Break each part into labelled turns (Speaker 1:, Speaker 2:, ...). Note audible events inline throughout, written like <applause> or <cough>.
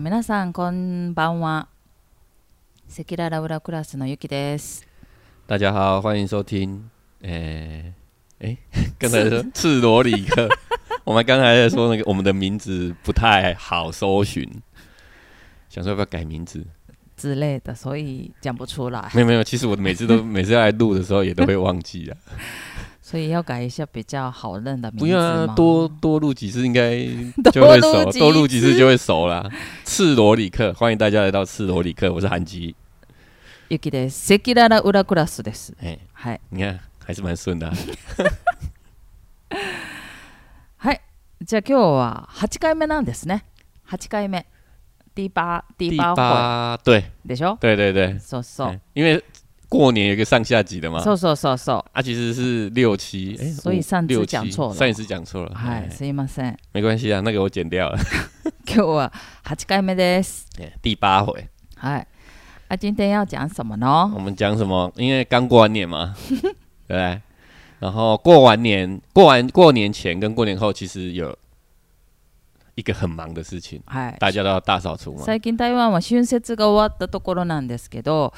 Speaker 1: 皆さんこんばんは。セキララウラクラスのゆきです。
Speaker 2: 大家好，欢迎收听。诶、诶、 <laughs> 刚才说赤裸里克， <laughs> 我们刚才在说那个我们的名字不太好搜寻，想说要不要改名字？
Speaker 1: 之类的，所以讲不出来，
Speaker 2: 没有没有，其实我每次都每次来录的时候也都会忘记啊。
Speaker 1: 所以要改一下比较好认的名字
Speaker 2: 不用啊，
Speaker 1: 吗
Speaker 2: 多多录几次应该就会熟，多录几次就会熟啦。赤裸里克，欢迎大家来到赤裸里克，我是韩吉。
Speaker 1: ゆきです。セキララウラクラスです。
Speaker 2: 诶、
Speaker 1: はい。
Speaker 2: 你看还是蛮顺的、啊。
Speaker 1: じゃあ今日は8回目なんですね。8回目。第八、第
Speaker 2: 第
Speaker 1: 八回
Speaker 2: 八，对
Speaker 1: でしょ
Speaker 2: 对对对，
Speaker 1: そうそう
Speaker 2: 诶。因为过年有一个上下集的嘛，
Speaker 1: そうそうそうそ
Speaker 2: 啊，其实是六七，哎，
Speaker 1: 所以
Speaker 2: 五
Speaker 1: 上次
Speaker 2: 六七
Speaker 1: 讲错了
Speaker 2: 上一次讲错
Speaker 1: う。
Speaker 2: 了，
Speaker 1: はい、
Speaker 2: 哎
Speaker 1: すいません。
Speaker 2: 没关系啊，那个我剪掉了。
Speaker 1: 今日は8回目です。
Speaker 2: 哎 <laughs> 第八回，
Speaker 1: はい。あ、今天要讲什么呢
Speaker 2: 我？们讲什么？因为刚过完
Speaker 1: <laughs>
Speaker 2: 年嘛，对不对？然后过完年，过完过年前跟过年后，其实有一个很忙的事情，
Speaker 1: はい。
Speaker 2: 大家都要大扫除嘛。
Speaker 1: 最近台湾は春節が終わったところなんですけど、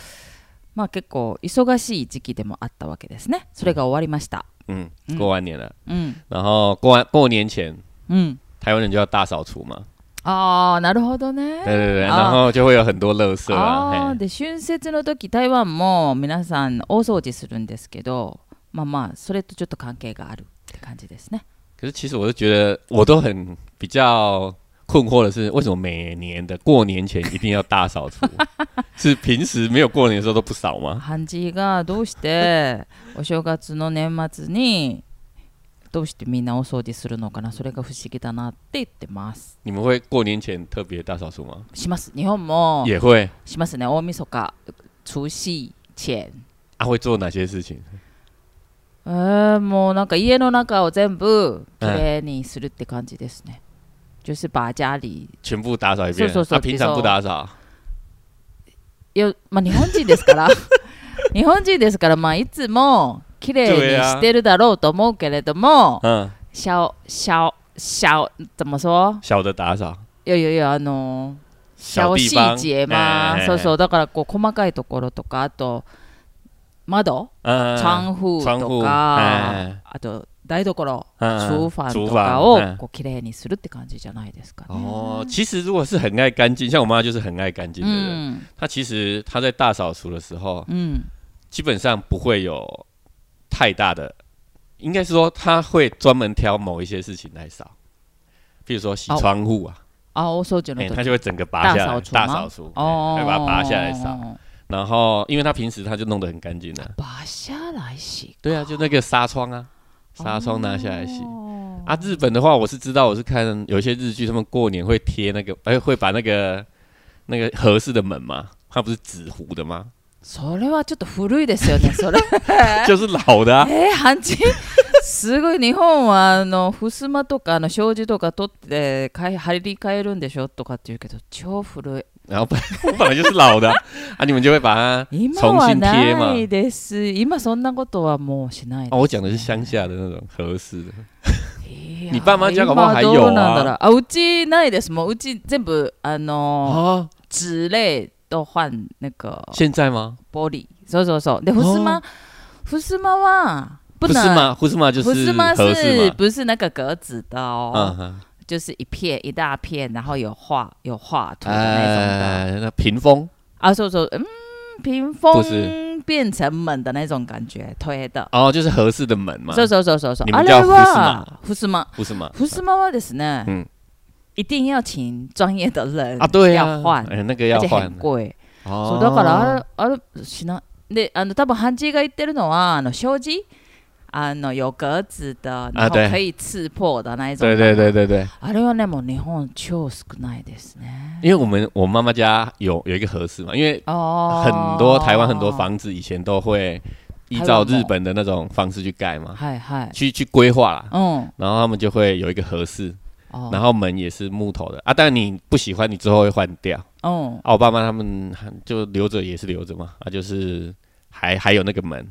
Speaker 1: まあ、結構忙しい時期でもあったわけですねそれが終わりました
Speaker 2: 嗯
Speaker 1: 嗯，
Speaker 2: 过完年了，
Speaker 1: うん
Speaker 2: 然后过完过年前，
Speaker 1: うん
Speaker 2: 台湾人就要大扫除嘛。
Speaker 1: ああなるほど
Speaker 2: 对
Speaker 1: ね
Speaker 2: 对对，
Speaker 1: 啊
Speaker 2: 然后就会有很多垃圾
Speaker 1: あ
Speaker 2: 啊
Speaker 1: あ。
Speaker 2: 嘿
Speaker 1: で春節の時台湾も皆さん大掃除するんですけどまあまあそれとちょっと関係があるって感じですね
Speaker 2: 可是其实我是觉得，我都很比较困惑的是，为什么每年的过年前一定要大
Speaker 1: <laughs>
Speaker 2: 扫除？是平时没有过年的时候都不扫吗？
Speaker 1: 漢字がどうして <laughs> お正月の年末にどうしてみんなお掃除するのかなそれが不思議だなって言ってます
Speaker 2: 你们会过年前特别大扫除吗？
Speaker 1: します日本も
Speaker 2: 也会
Speaker 1: しますね大晦日除夕前
Speaker 2: 啊，会做哪些事情？
Speaker 1: えー、もうなんか家の中を全部きれいにするって感じですね、就是把家里
Speaker 2: 全部打扫一遍。
Speaker 1: 是是是
Speaker 2: 啊，平常不打扫，
Speaker 1: 哦よまあ日本人ですから <laughs> 日本人ですからまあいつもきれいにしてるだろうと思うけれども
Speaker 2: 嗯，
Speaker 1: 小小小怎么说
Speaker 2: 小的打扫，
Speaker 1: いやいやいやあのー小
Speaker 2: 地
Speaker 1: 细
Speaker 2: 方，，
Speaker 1: 節まあそうそうう
Speaker 2: 哎
Speaker 1: だからこう細かいところとかあと窓
Speaker 2: 嗯
Speaker 1: 窗户
Speaker 2: 窗
Speaker 1: と
Speaker 2: 户
Speaker 1: か
Speaker 2: 哎
Speaker 1: あと台所厨
Speaker 2: 嗯
Speaker 1: 房哦
Speaker 2: 厨
Speaker 1: とかを
Speaker 2: 嗯
Speaker 1: こう綺麗にするって感じじゃないですかね。
Speaker 2: 哦，其实如果是很爱干净，像我妈就是很爱干净
Speaker 1: う
Speaker 2: 的
Speaker 1: ん
Speaker 2: 人，她其实她在大扫除的时候，
Speaker 1: うん
Speaker 2: 基本上不会有太大的，应该是说他会专门挑某一些事情来扫，比如说洗窗户啊，
Speaker 1: あ大掃除
Speaker 2: 哎、
Speaker 1: の
Speaker 2: 他
Speaker 1: 時
Speaker 2: 就会整个拔下
Speaker 1: 哦大扫除吗
Speaker 2: 来大扫除，
Speaker 1: 哦
Speaker 2: 哎会把它拔下来扫。然后因为他平时他就弄得很干净啊，
Speaker 1: 拔下来洗
Speaker 2: 对啊，就那个纱窗啊，纱窗拿下来洗。
Speaker 1: 哦
Speaker 2: 啊，日本的话，我是知道，我是看有一些日剧，他们过年会贴那个，哎、会把那个那个合适的门嘛，它不是纸糊的吗？
Speaker 1: それはちょっと古いですよ <laughs> ね。それ哎
Speaker 2: 就是老的、啊，
Speaker 1: えー、半地すごい日本はあの襖とかあの障子とか取ってかい張り替えるんでしょとかって言うけど超古い。
Speaker 2: 然后本 <laughs> 我本来就是老的啊， <laughs> 啊你们就会
Speaker 1: <laughs>
Speaker 2: 把它
Speaker 1: 今
Speaker 2: 重
Speaker 1: は
Speaker 2: 新贴
Speaker 1: な
Speaker 2: 嘛。
Speaker 1: いです。今そんなことはもうしないです
Speaker 2: 哦，我讲的是乡下的那种合适的，
Speaker 1: いや
Speaker 2: 你爸妈家搞不好还有啊
Speaker 1: 今どうなんだろうあうちないですもううち全部あの
Speaker 2: 哦，
Speaker 1: 呃纸類と換那个
Speaker 2: 现在吗？
Speaker 1: 玻璃そうそうそうでふすま
Speaker 2: 哦
Speaker 1: ふすまは
Speaker 2: 不
Speaker 1: 不能
Speaker 2: 是吗？胡斯玛就
Speaker 1: ふ
Speaker 2: 是
Speaker 1: すま
Speaker 2: 合适
Speaker 1: 是
Speaker 2: 嘛。
Speaker 1: 不是那个格子的
Speaker 2: 嗯
Speaker 1: 哦，
Speaker 2: 哼，
Speaker 1: 就是一片一大片，然后有画有画图的那种的
Speaker 2: 哎，那屏风
Speaker 1: 啊，そうそう嗯，屏
Speaker 2: 不
Speaker 1: 风
Speaker 2: 是
Speaker 1: 变成门的那种感觉推的，
Speaker 2: 哦，就是合适的门嘛，
Speaker 1: そうそうそうそうそう
Speaker 2: 你
Speaker 1: あ
Speaker 2: 们
Speaker 1: れ
Speaker 2: 叫
Speaker 1: はふすま
Speaker 2: 胡斯玛
Speaker 1: ふすまはですね、
Speaker 2: 嗯
Speaker 1: 一定要请专业的人
Speaker 2: 啊，
Speaker 1: 嗯
Speaker 2: 对
Speaker 1: 要
Speaker 2: 呀，
Speaker 1: 换，
Speaker 2: 哎，那个
Speaker 1: 而
Speaker 2: 要
Speaker 1: 且
Speaker 2: 换
Speaker 1: 很，贵。そうだから
Speaker 2: 哦，
Speaker 1: あれあれしない。で、あの多分ハンチが言ってるのはあの障子、あの有格子的，然后
Speaker 2: 对
Speaker 1: 可以刺破的那一种。
Speaker 2: 对对对对对，
Speaker 1: あれはねもう日本超少ないですね。
Speaker 2: 因为我们我妈妈家有有一个合适嘛，因为
Speaker 1: 哦，
Speaker 2: <laughs> 很多台湾很多。房子以前都会依照
Speaker 1: 台湾
Speaker 2: 日
Speaker 1: 哦
Speaker 2: 本的那种方式去盖嘛，
Speaker 1: はいはい。
Speaker 2: 去去规划啦，
Speaker 1: うん。
Speaker 2: 然后他们就会有一个合适。然
Speaker 1: 哦。
Speaker 2: 后门也是木头的啊，但你不喜欢，你之后会换掉。
Speaker 1: 嗯。
Speaker 2: 啊，我爸妈他们就留着也是留着嘛，啊，就是还还有那个门，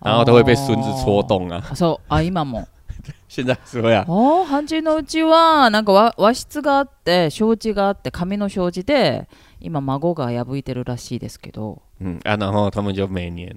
Speaker 2: 然后都会被孙子戳洞啊，
Speaker 1: 哦あ。そう。あ今も。
Speaker 2: 现在是会啊，
Speaker 1: おー阪神のうちはなんか和和室があって障子があって紙の障子で今孫が破いてるらしいですけど
Speaker 2: 嗯啊，然后他们就每年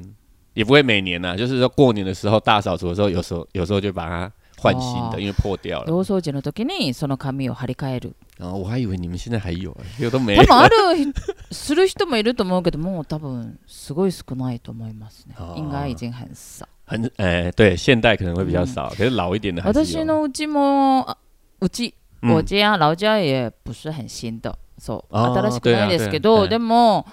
Speaker 2: 也不会每年呐、就是说过年的时候大扫除的时候，有时候有时候就把它换新的，
Speaker 1: 哦
Speaker 2: 因为破掉
Speaker 1: 大
Speaker 2: 了。
Speaker 1: 掃除の時にその紙を張り替える
Speaker 2: 然后我还以为你们现在还有、欸，有都没
Speaker 1: 多
Speaker 2: 有。
Speaker 1: 分あるひする人もいると思うけどもう多分すごい少ないと思いますね
Speaker 2: あー
Speaker 1: 应该已经嗯很少
Speaker 2: 很呃，对，现代可能会比较少，可是老一点的还是有。
Speaker 1: 私のうちもあうち我
Speaker 2: 嗯
Speaker 1: 家老家也不是很新的そう
Speaker 2: あー
Speaker 1: 新しくないですけ
Speaker 2: 对
Speaker 1: ど
Speaker 2: 啊对啊
Speaker 1: でも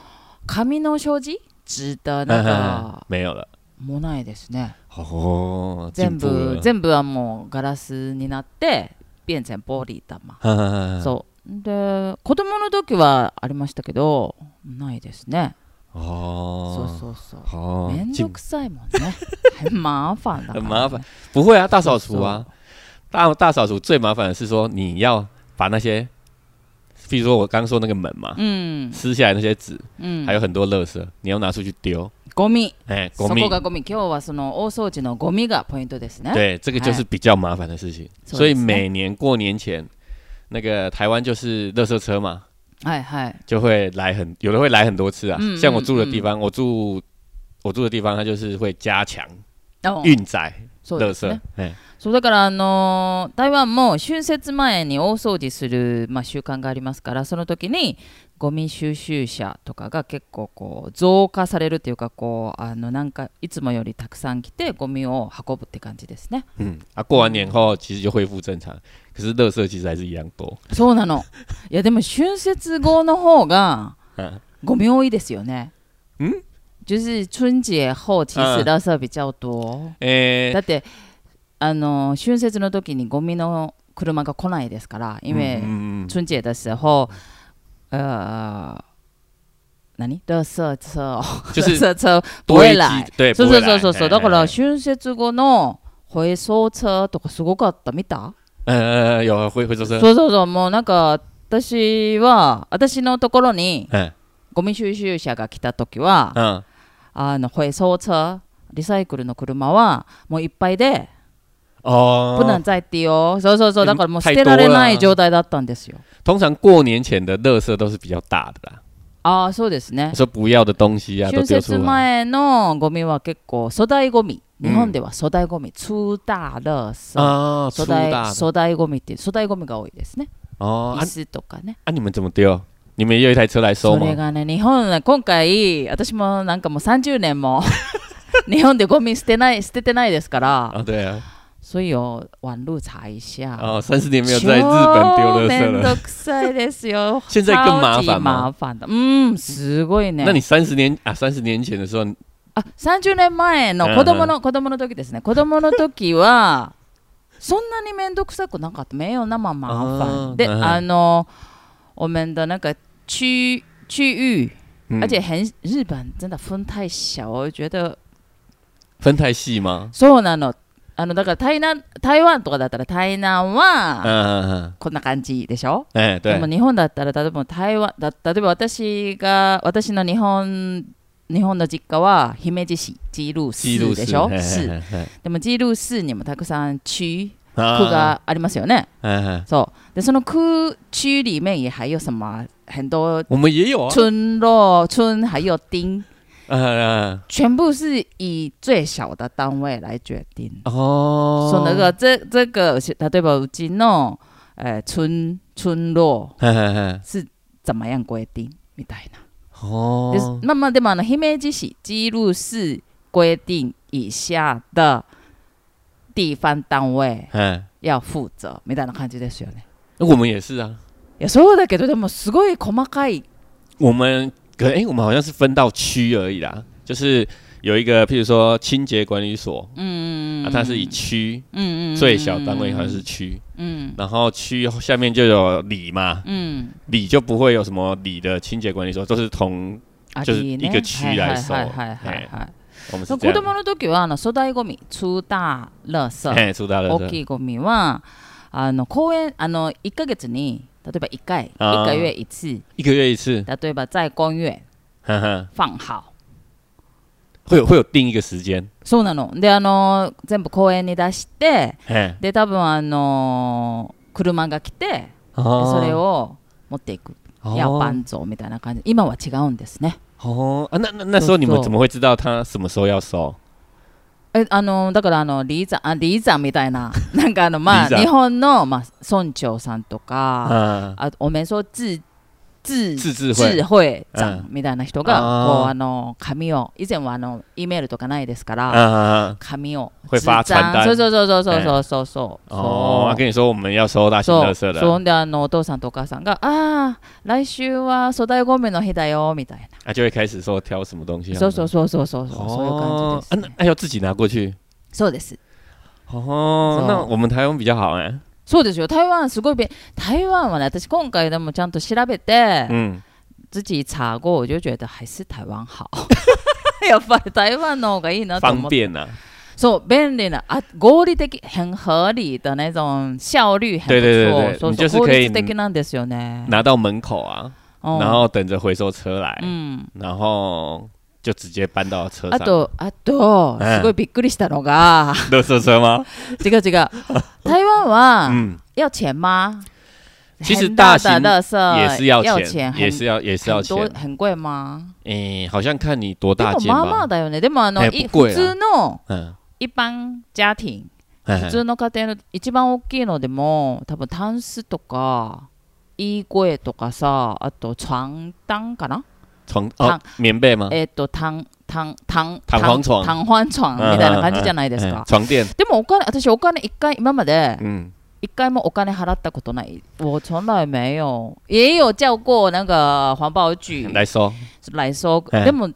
Speaker 1: 紙の障子紙的なんか
Speaker 2: 嗯 <laughs> 没有了。
Speaker 1: もうないですね
Speaker 2: 哦，
Speaker 1: 全
Speaker 2: 进步
Speaker 1: 部
Speaker 2: 了
Speaker 1: 全部はもうガラスになって变成玻璃玉、
Speaker 2: 哈哈哈哈
Speaker 1: そうで子供の時はありましたけどないですねそう
Speaker 2: 哦，
Speaker 1: そうそう
Speaker 2: 哦
Speaker 1: め，んど
Speaker 2: 进
Speaker 1: くさいもんね <laughs> 很麻烦だから、
Speaker 2: 很
Speaker 1: ね、
Speaker 2: 麻烦不会啊，大扫除啊，大大扫除最麻烦的是说你要把那些，比如说我刚说那个门嘛，
Speaker 1: うん
Speaker 2: 撕下来那些纸，
Speaker 1: うん
Speaker 2: 还有很多垃圾，你要拿出去丢。
Speaker 1: ゴミ
Speaker 2: 哎，
Speaker 1: そ
Speaker 2: 公民
Speaker 1: こがゴミ今日はその大掃除のゴミがポイントですね
Speaker 2: 对，这个就是比较麻烦的事情。
Speaker 1: そうですね
Speaker 2: 所以每年过年前，那个台湾就是垃圾车嘛，
Speaker 1: はいはい
Speaker 2: 就会来很有的会来很多次啊。
Speaker 1: 嗯
Speaker 2: 像我住的地方，我住我住的地方，它就是会加强
Speaker 1: あ
Speaker 2: 运载
Speaker 1: そう
Speaker 2: 垃
Speaker 1: です
Speaker 2: 圾
Speaker 1: ね。
Speaker 2: 哎，
Speaker 1: そうだから、あのー台湾も春節前に大掃除する、まあ、習慣がありますからその時にゴミ収集車とかが結構こう増加されるというかこうあのなんかいつもよりたくさん来てゴミを運ぶって感じですね。
Speaker 2: 嗯啊，过完年后其实就恢复正常，可是垃圾其实还是一样多。
Speaker 1: そうなの。 <laughs> いやでも春節後の方が
Speaker 2: 嗯
Speaker 1: ゴミ多いですよね。
Speaker 2: ん
Speaker 1: 就是春節後其
Speaker 2: あ
Speaker 1: 实
Speaker 2: あ
Speaker 1: 垃圾比较多。
Speaker 2: 哎
Speaker 1: だ，ってあの春節の時にゴミの車が来ないですから因为、
Speaker 2: 嗯嗯嗯
Speaker 1: 春节的时候，呃，何？垃圾车哦，
Speaker 2: 就是
Speaker 1: 垃圾车不
Speaker 2: 多一
Speaker 1: 会
Speaker 2: 集
Speaker 1: 来。
Speaker 2: 对，
Speaker 1: そう
Speaker 2: 不
Speaker 1: そう
Speaker 2: 会来
Speaker 1: そうそうそう。
Speaker 2: 哎
Speaker 1: だか
Speaker 2: 哎
Speaker 1: ら
Speaker 2: 哎
Speaker 1: 春節後の回送車とかすごかった見た？
Speaker 2: 呃呃呃有回回收
Speaker 1: そう
Speaker 2: 车，
Speaker 1: そうそう。もうなんか私は私のところに
Speaker 2: 嗯
Speaker 1: ゴミ収集車が来た時は、
Speaker 2: 嗯
Speaker 1: あの回送車リサイクルの車はもういっぱいで、
Speaker 2: 哦，
Speaker 1: 不能再丢。そうそうそう。だからもう捨
Speaker 2: 太
Speaker 1: てられな
Speaker 2: 多
Speaker 1: い
Speaker 2: 了
Speaker 1: 状態だったんですよ。
Speaker 2: 通常过年前的垃圾都是比较大的
Speaker 1: 哎
Speaker 2: 啦，
Speaker 1: ああ、そうですね。
Speaker 2: 说不要的东西啊都
Speaker 1: 春
Speaker 2: 丢出
Speaker 1: 節
Speaker 2: 来。
Speaker 1: 前のゴミは結構粗大ゴミ
Speaker 2: うん
Speaker 1: 日本では粗大ゴミ、粗大垃圾
Speaker 2: 啊，
Speaker 1: 粗
Speaker 2: 粗大
Speaker 1: 大
Speaker 2: 的
Speaker 1: 粗大ゴミっていう粗大ゴミが多いですね
Speaker 2: 哦啊
Speaker 1: 椅子とかね
Speaker 2: 啊！你们怎么丢？你们也有一台车来收
Speaker 1: それが
Speaker 2: 吗？
Speaker 1: ね日本は今回私もなんかもう30年
Speaker 2: <laughs>
Speaker 1: も日本でゴミ捨てない捨ててないですから
Speaker 2: 啊，对啊，
Speaker 1: そうよ網路查一下
Speaker 2: 哦，三十年没有在日本
Speaker 1: 超
Speaker 2: 丢垃圾
Speaker 1: めん
Speaker 2: 了。
Speaker 1: どくさいです
Speaker 2: <laughs>
Speaker 1: よ
Speaker 2: 现在更麻
Speaker 1: 超
Speaker 2: 烦
Speaker 1: 级麻
Speaker 2: 吗？
Speaker 1: 烦的うんすごいね
Speaker 2: 那你三十年啊，三十年前的时候，
Speaker 1: あ30年前の子供の、子供の時ですね子供の時は <laughs> そんなに面倒くさくなかった名誉なまま
Speaker 2: あー
Speaker 1: で、
Speaker 2: うん
Speaker 1: あの我们的那个区区域、
Speaker 2: 嗯
Speaker 1: 而且很日本真的分太小我觉得
Speaker 2: 分太细吗？
Speaker 1: そうなのあのだから台南台湾とかだったら台南
Speaker 2: 嗯
Speaker 1: は
Speaker 2: 嗯嗯，
Speaker 1: こんな感じでしょ、で
Speaker 2: 哎，对
Speaker 1: も，日本だったら例えば台湾だ例えば私が私の日本日本の実家は姫路市ジル
Speaker 2: 记录
Speaker 1: ス
Speaker 2: 是
Speaker 1: でしょ
Speaker 2: 嘿
Speaker 1: 市
Speaker 2: 嘿嘿
Speaker 1: でも G ルースにもたくさん区
Speaker 2: 嘿
Speaker 1: 区
Speaker 2: 啊
Speaker 1: がありますよね。
Speaker 2: 哎哎
Speaker 1: そう。で、その区、区里面也还有什么很多
Speaker 2: 我们也有啊，
Speaker 1: 村落、村还有町，
Speaker 2: 嗯嗯
Speaker 1: 全部是以最小的单位来决定。
Speaker 2: 嗯哦，
Speaker 1: 说那个这这个，啊例えばうちの、呃、村村落
Speaker 2: 嘿，嘿嘿
Speaker 1: 是怎么样规定みたいな。
Speaker 2: 哦，
Speaker 1: ですまあまあでもあの姫路市记录是规定以下的地方单位。
Speaker 2: 哎，
Speaker 1: 要負責みたいな感じですよね。
Speaker 2: 那我们也是啊，
Speaker 1: いやそうだけどでもすごい細かい。
Speaker 2: 我们可哎、我们好像是分到区而已啦，就是有一个，譬如说清洁管理所，
Speaker 1: うん
Speaker 2: 啊，它是以区
Speaker 1: うんうん
Speaker 2: 最小单位好像是区，
Speaker 1: うん
Speaker 2: 然后区下面就有里嘛，
Speaker 1: うん。
Speaker 2: 里就不会有什么里的清洁管理所，都是同
Speaker 1: あ
Speaker 2: 就是
Speaker 1: いいね
Speaker 2: 一個区
Speaker 1: はい
Speaker 2: 来そう
Speaker 1: はいはいはいはい。
Speaker 2: 我们是
Speaker 1: 子
Speaker 2: 这
Speaker 1: 供の
Speaker 2: 样，
Speaker 1: 時はあの粗大ゴミ、粗大
Speaker 2: <laughs>
Speaker 1: 垃圾、
Speaker 2: 哎，出大了，
Speaker 1: 大きいゴミはあの公園あの一ヶ月に例えば一回一
Speaker 2: あー
Speaker 1: ヶ月一次、
Speaker 2: 一个月一次，
Speaker 1: 例えば在公園
Speaker 2: 哈哈，
Speaker 1: 放好。
Speaker 2: 会有会有定一个时间，
Speaker 1: そうなのであのー全部公園に出して
Speaker 2: 嘿，
Speaker 1: で多分あのー車が来てでそれを持っていく
Speaker 2: 哦
Speaker 1: 要搬走みたいな感じ今は違うんですね
Speaker 2: 哦啊，那那那时候你们
Speaker 1: そうそう
Speaker 2: 怎么会知道他什么时候要收？
Speaker 1: えあのーだからあのリーザあリーザみたいななんかあのまあ
Speaker 2: リーザ
Speaker 1: 日本の、まあ、村長さんとか
Speaker 2: 啊，
Speaker 1: あおめそう自自
Speaker 2: 自治会
Speaker 1: 智慧さんみたいな人が
Speaker 2: あー
Speaker 1: こうあの紙を以前はあの E メールとかないですから、
Speaker 2: 啊，
Speaker 1: 紙を
Speaker 2: 会发
Speaker 1: 纸張
Speaker 2: 传单
Speaker 1: そうそうそうそうそうそうそうそう
Speaker 2: 哦，啊跟你说我们要收大型
Speaker 1: そう
Speaker 2: 垃
Speaker 1: そ
Speaker 2: 圾
Speaker 1: う
Speaker 2: 了，
Speaker 1: ほんであのお父さんとお母さんが「ああ来週は粗大ゴミの日だよ」みたい
Speaker 2: 啊，就会开始说挑什么东西
Speaker 1: な
Speaker 2: 啊。
Speaker 1: そうそうそうそうそうそうそういう感
Speaker 2: 哦
Speaker 1: じ，です、
Speaker 2: 啊，那
Speaker 1: ね
Speaker 2: 那要自己拿过去。
Speaker 1: そうです
Speaker 2: 哦
Speaker 1: そう，
Speaker 2: 那我们台湾比较好哎。
Speaker 1: そうですよ台湾すごい便台湾はね私今回でもちゃんと調べて、
Speaker 2: 嗯，
Speaker 1: 自己查过我就觉得还是台湾好 <laughs> やっぱり台湾の方がいいなと思
Speaker 2: 方
Speaker 1: って
Speaker 2: 便啊呐。
Speaker 1: そう便利なあ合理的很合理的那种效率很不错
Speaker 2: 对对对对
Speaker 1: そうそ
Speaker 2: 你就
Speaker 1: う
Speaker 2: 是
Speaker 1: 効
Speaker 2: 可以
Speaker 1: 率的なんですよね
Speaker 2: 拿到门口啊，
Speaker 1: うん
Speaker 2: 然后等着回收车来，
Speaker 1: うん
Speaker 2: 然后就直接搬到车
Speaker 1: あ
Speaker 2: 上。
Speaker 1: と、あと、
Speaker 2: うん
Speaker 1: すごいびっくりしたのが、
Speaker 2: <laughs>
Speaker 1: <laughs>
Speaker 2: 垃圾车吗？
Speaker 1: 違う違う、台湾は
Speaker 2: 嗯，
Speaker 1: 要钱吗？
Speaker 2: 其实
Speaker 1: 很大的
Speaker 2: 大型
Speaker 1: 垃圾
Speaker 2: 也是要
Speaker 1: 呃钱，
Speaker 2: 钱，也
Speaker 1: 很
Speaker 2: 是要也是要
Speaker 1: 很多
Speaker 2: 钱。
Speaker 1: 很贵吗？
Speaker 2: 诶，好像看你多
Speaker 1: で
Speaker 2: 大
Speaker 1: も
Speaker 2: 间
Speaker 1: まあまあ
Speaker 2: 吧。
Speaker 1: だよね。でもあの
Speaker 2: え
Speaker 1: い
Speaker 2: 不
Speaker 1: 普
Speaker 2: 贵啦
Speaker 1: 通の
Speaker 2: 嗯，
Speaker 1: 一般家庭、
Speaker 2: 嘿嘿
Speaker 1: 普通の家庭の一番大きいのでも、多分タンスとか。衣柜とかさ、あと床单かな？
Speaker 2: 床哦，棉被吗？
Speaker 1: えっと単単単
Speaker 2: 単簧床
Speaker 1: 単簧床みたいな感じじゃないですか。
Speaker 2: 嗯床垫，
Speaker 1: でもお金私お金一回今まで
Speaker 2: 嗯，
Speaker 1: 一回もお金払ったことない。我从来没有，也有叫过那个环保局
Speaker 2: 来收。
Speaker 1: 来收，
Speaker 2: 哎
Speaker 1: でも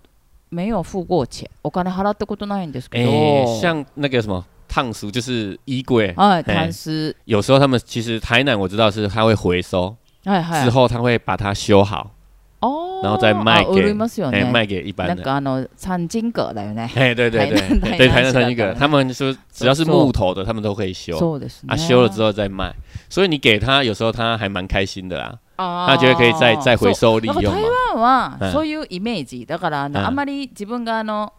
Speaker 1: 没有付过钱。お金払ったことないんですけど。
Speaker 2: 诶，像那个什么烫书，就是衣柜，
Speaker 1: はい、
Speaker 2: 哎
Speaker 1: タンス、
Speaker 2: 有时候他们其实台南我知道是他会回收，
Speaker 1: はいは
Speaker 2: 之
Speaker 1: い。
Speaker 2: 后他会把它修好，
Speaker 1: 哦
Speaker 2: 然后再卖
Speaker 1: あ
Speaker 2: 给
Speaker 1: 売りますよ
Speaker 2: 哎，
Speaker 1: ね。
Speaker 2: 卖给一般
Speaker 1: なん
Speaker 2: 人。
Speaker 1: かあの三金閣だよね。
Speaker 2: <laughs> 哎，对对
Speaker 1: 台南
Speaker 2: 对，对
Speaker 1: 台
Speaker 2: 台
Speaker 1: 南是
Speaker 2: 南三一
Speaker 1: 这样的
Speaker 2: 个，他们说只要是
Speaker 1: 做
Speaker 2: 木头的，他们都会修。
Speaker 1: そうですね。
Speaker 2: 啊，修了之后再卖，所以你给他，有时候他还蛮开心的啊啦，
Speaker 1: あー、
Speaker 2: 他觉得可以再再回
Speaker 1: そう
Speaker 2: 收利
Speaker 1: なんか
Speaker 2: 用
Speaker 1: 台
Speaker 2: 嘛。
Speaker 1: 湾は
Speaker 2: うん
Speaker 1: そういうイメージだからあの、
Speaker 2: うん
Speaker 1: あんまり自分があの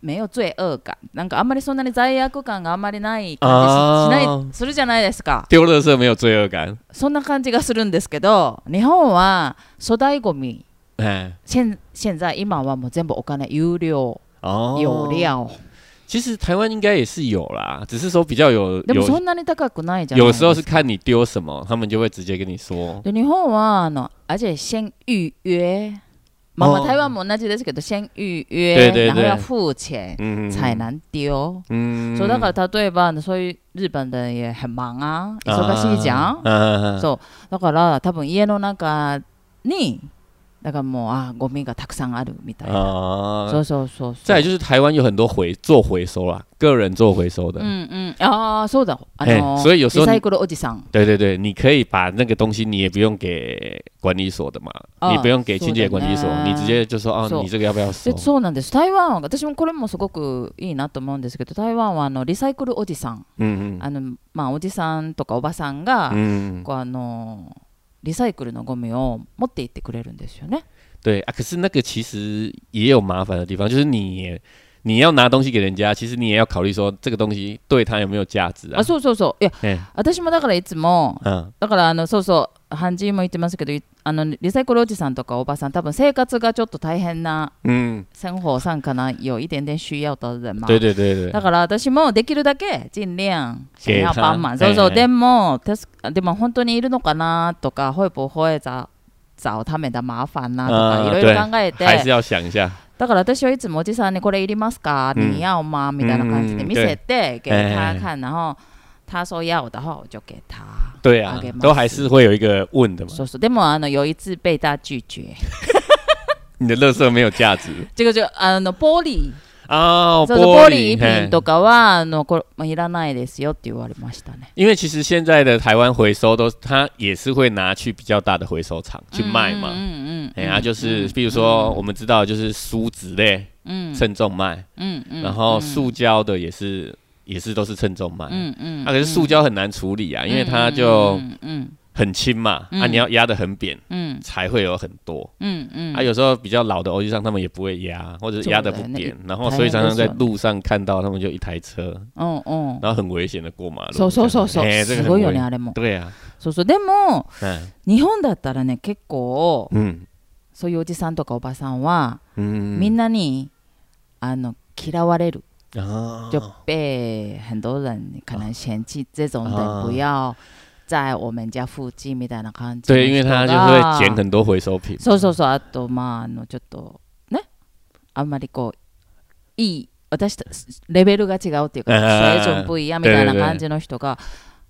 Speaker 1: 名誉罪悪感なんかあんまりそんなに罪悪感があんまりない感じしし
Speaker 2: あ
Speaker 1: ないするじゃないですか
Speaker 2: 丢垃圾没有罪恶感，
Speaker 1: そんな感じがするんですけど日本は粗大ゴミ
Speaker 2: 哎，
Speaker 1: 現現在今はもう全部お金有料
Speaker 2: 哦，
Speaker 1: 有。料
Speaker 2: 其实台湾应该也是有啦，只是说比较有
Speaker 1: でもそ
Speaker 2: 有
Speaker 1: んなに高くないじゃない
Speaker 2: 有
Speaker 1: です
Speaker 2: 时
Speaker 1: か
Speaker 2: 候是看你丢什么，他们就会直接跟你说。
Speaker 1: で日本はあの而且先预约まあまあ
Speaker 2: 哦
Speaker 1: 台湾も同じですけど先预约
Speaker 2: 对对
Speaker 1: 然后
Speaker 2: 对
Speaker 1: 要付钱
Speaker 2: 嗯
Speaker 1: 才能丢
Speaker 2: 嗯
Speaker 1: そうだから例えばそういう日本人也很忙啊忙しいじゃん
Speaker 2: 嗯
Speaker 1: そうだから多分家の中にだからもうあゴミがたくさんあるみたいなそ
Speaker 2: 啊，
Speaker 1: うそうそうそう
Speaker 2: 再来就是台湾有很多回做回收啦，个人做回收的
Speaker 1: う。んうんああそうだあの
Speaker 2: 哎所以有时候
Speaker 1: リサ
Speaker 2: 你
Speaker 1: イクルおじさん
Speaker 2: 对对对，你可以把那个东西，你也不用给管理所的嘛，
Speaker 1: 啊
Speaker 2: 你不用给清洁管理所
Speaker 1: そうだ，ね
Speaker 2: 你直接就说哦，
Speaker 1: そう
Speaker 2: 你这个要不要收
Speaker 1: で？そうなんです台湾は私もこれもすごくいいなと思うんですけど台湾はあのリサイクルおじさん
Speaker 2: 嗯嗯
Speaker 1: あの、まあ、おじさんとかおばさんが、
Speaker 2: 嗯，
Speaker 1: こうあのリサイクルのゴミを持って行ってくれるんですよね。
Speaker 2: 对啊。可是那个其实也有麻烦的地方，就是你也你要拿东西给人家，其实你也要考虑说这个东西对他有没有价值啊
Speaker 1: あ。そうそうそういや
Speaker 2: 哎
Speaker 1: 私もだからいつも
Speaker 2: 嗯
Speaker 1: だからあのそうそうハンジーも言ってますけどいあのリサイクルおじさんとかおばさん多分生活がちょっと大変な
Speaker 2: 嗯，
Speaker 1: 生活上かな有一点点需要的人嘛
Speaker 2: 对对对
Speaker 1: だ
Speaker 2: 对，
Speaker 1: から私もできるだけ尽量想要
Speaker 2: 给他
Speaker 1: 帮忙そうそう、
Speaker 2: ええ
Speaker 1: でも助かでも本当にいるのかなとか会不会找找他们的麻烦なとか
Speaker 2: あー
Speaker 1: いろいろ考え
Speaker 2: 还是
Speaker 1: て
Speaker 2: 要想一下。
Speaker 1: だから私はいつもおじさんにこれいりますか、
Speaker 2: うん
Speaker 1: 你要吗みたいな感じで見せて给他
Speaker 2: ええ
Speaker 1: 看然后他说要的话我就给他
Speaker 2: 对啊
Speaker 1: 啊给，妈
Speaker 2: 都还是会有一个问的嘛。
Speaker 1: そうそうでもあの有一次被他拒绝
Speaker 2: 你的垃圾没有价 <laughs> 值
Speaker 1: 違う違うあのポリ
Speaker 2: 哦，
Speaker 1: そうそうポ
Speaker 2: 玻
Speaker 1: リ
Speaker 2: 璃
Speaker 1: 一品
Speaker 2: 嘿
Speaker 1: とかはあのこれまあいらないですよって言われましたね
Speaker 2: 因为其实现在的台湾回收都，它也是会拿去比较大的回收厂去卖嘛。
Speaker 1: うんうんうん
Speaker 2: 哎呀、就是比如说我们知道，就是梳子类
Speaker 1: うん
Speaker 2: 称重卖，
Speaker 1: うんうん
Speaker 2: 然后塑胶的也是也是都是称重卖。
Speaker 1: うんうん嗯
Speaker 2: 啊，可是塑胶很难处理啊，因为它就
Speaker 1: うんうん
Speaker 2: 很轻嘛，啊，
Speaker 1: 嗯
Speaker 2: 你要压得很扁
Speaker 1: 嗯
Speaker 2: 才会有很多。
Speaker 1: 嗯嗯，
Speaker 2: 啊，有时候比较老的欧弟上他们也不会压，或者是压得不
Speaker 1: 对那一
Speaker 2: 扁，然后所以常常在路上看到他们就一台车，
Speaker 1: うんうん。
Speaker 2: 然后很危险的过马路。
Speaker 1: そうそうそうそう、
Speaker 2: 哎这个
Speaker 1: す
Speaker 2: 很
Speaker 1: ごいよ
Speaker 2: 危
Speaker 1: ね
Speaker 2: 险。
Speaker 1: あれも。
Speaker 2: 对啊，
Speaker 1: そうそうでも
Speaker 2: 嗯
Speaker 1: 日本だったらね結構
Speaker 2: 嗯
Speaker 1: そういうおじさんとかおばさんは、
Speaker 2: 嗯，
Speaker 1: みんなにあの嫌われる。
Speaker 2: 啊
Speaker 1: 就被很多人可能嫌弃这种
Speaker 2: 啊
Speaker 1: 人不要在我们家附近みたいな感じ。
Speaker 2: 对，因为他就是
Speaker 1: 啊
Speaker 2: 会捡。很多回收品。
Speaker 1: そうそうそう。あとまああのちょっとね、あんまりこういい私とレベルが違うっていうか、
Speaker 2: あー
Speaker 1: 水準不一样みたいな感じの人が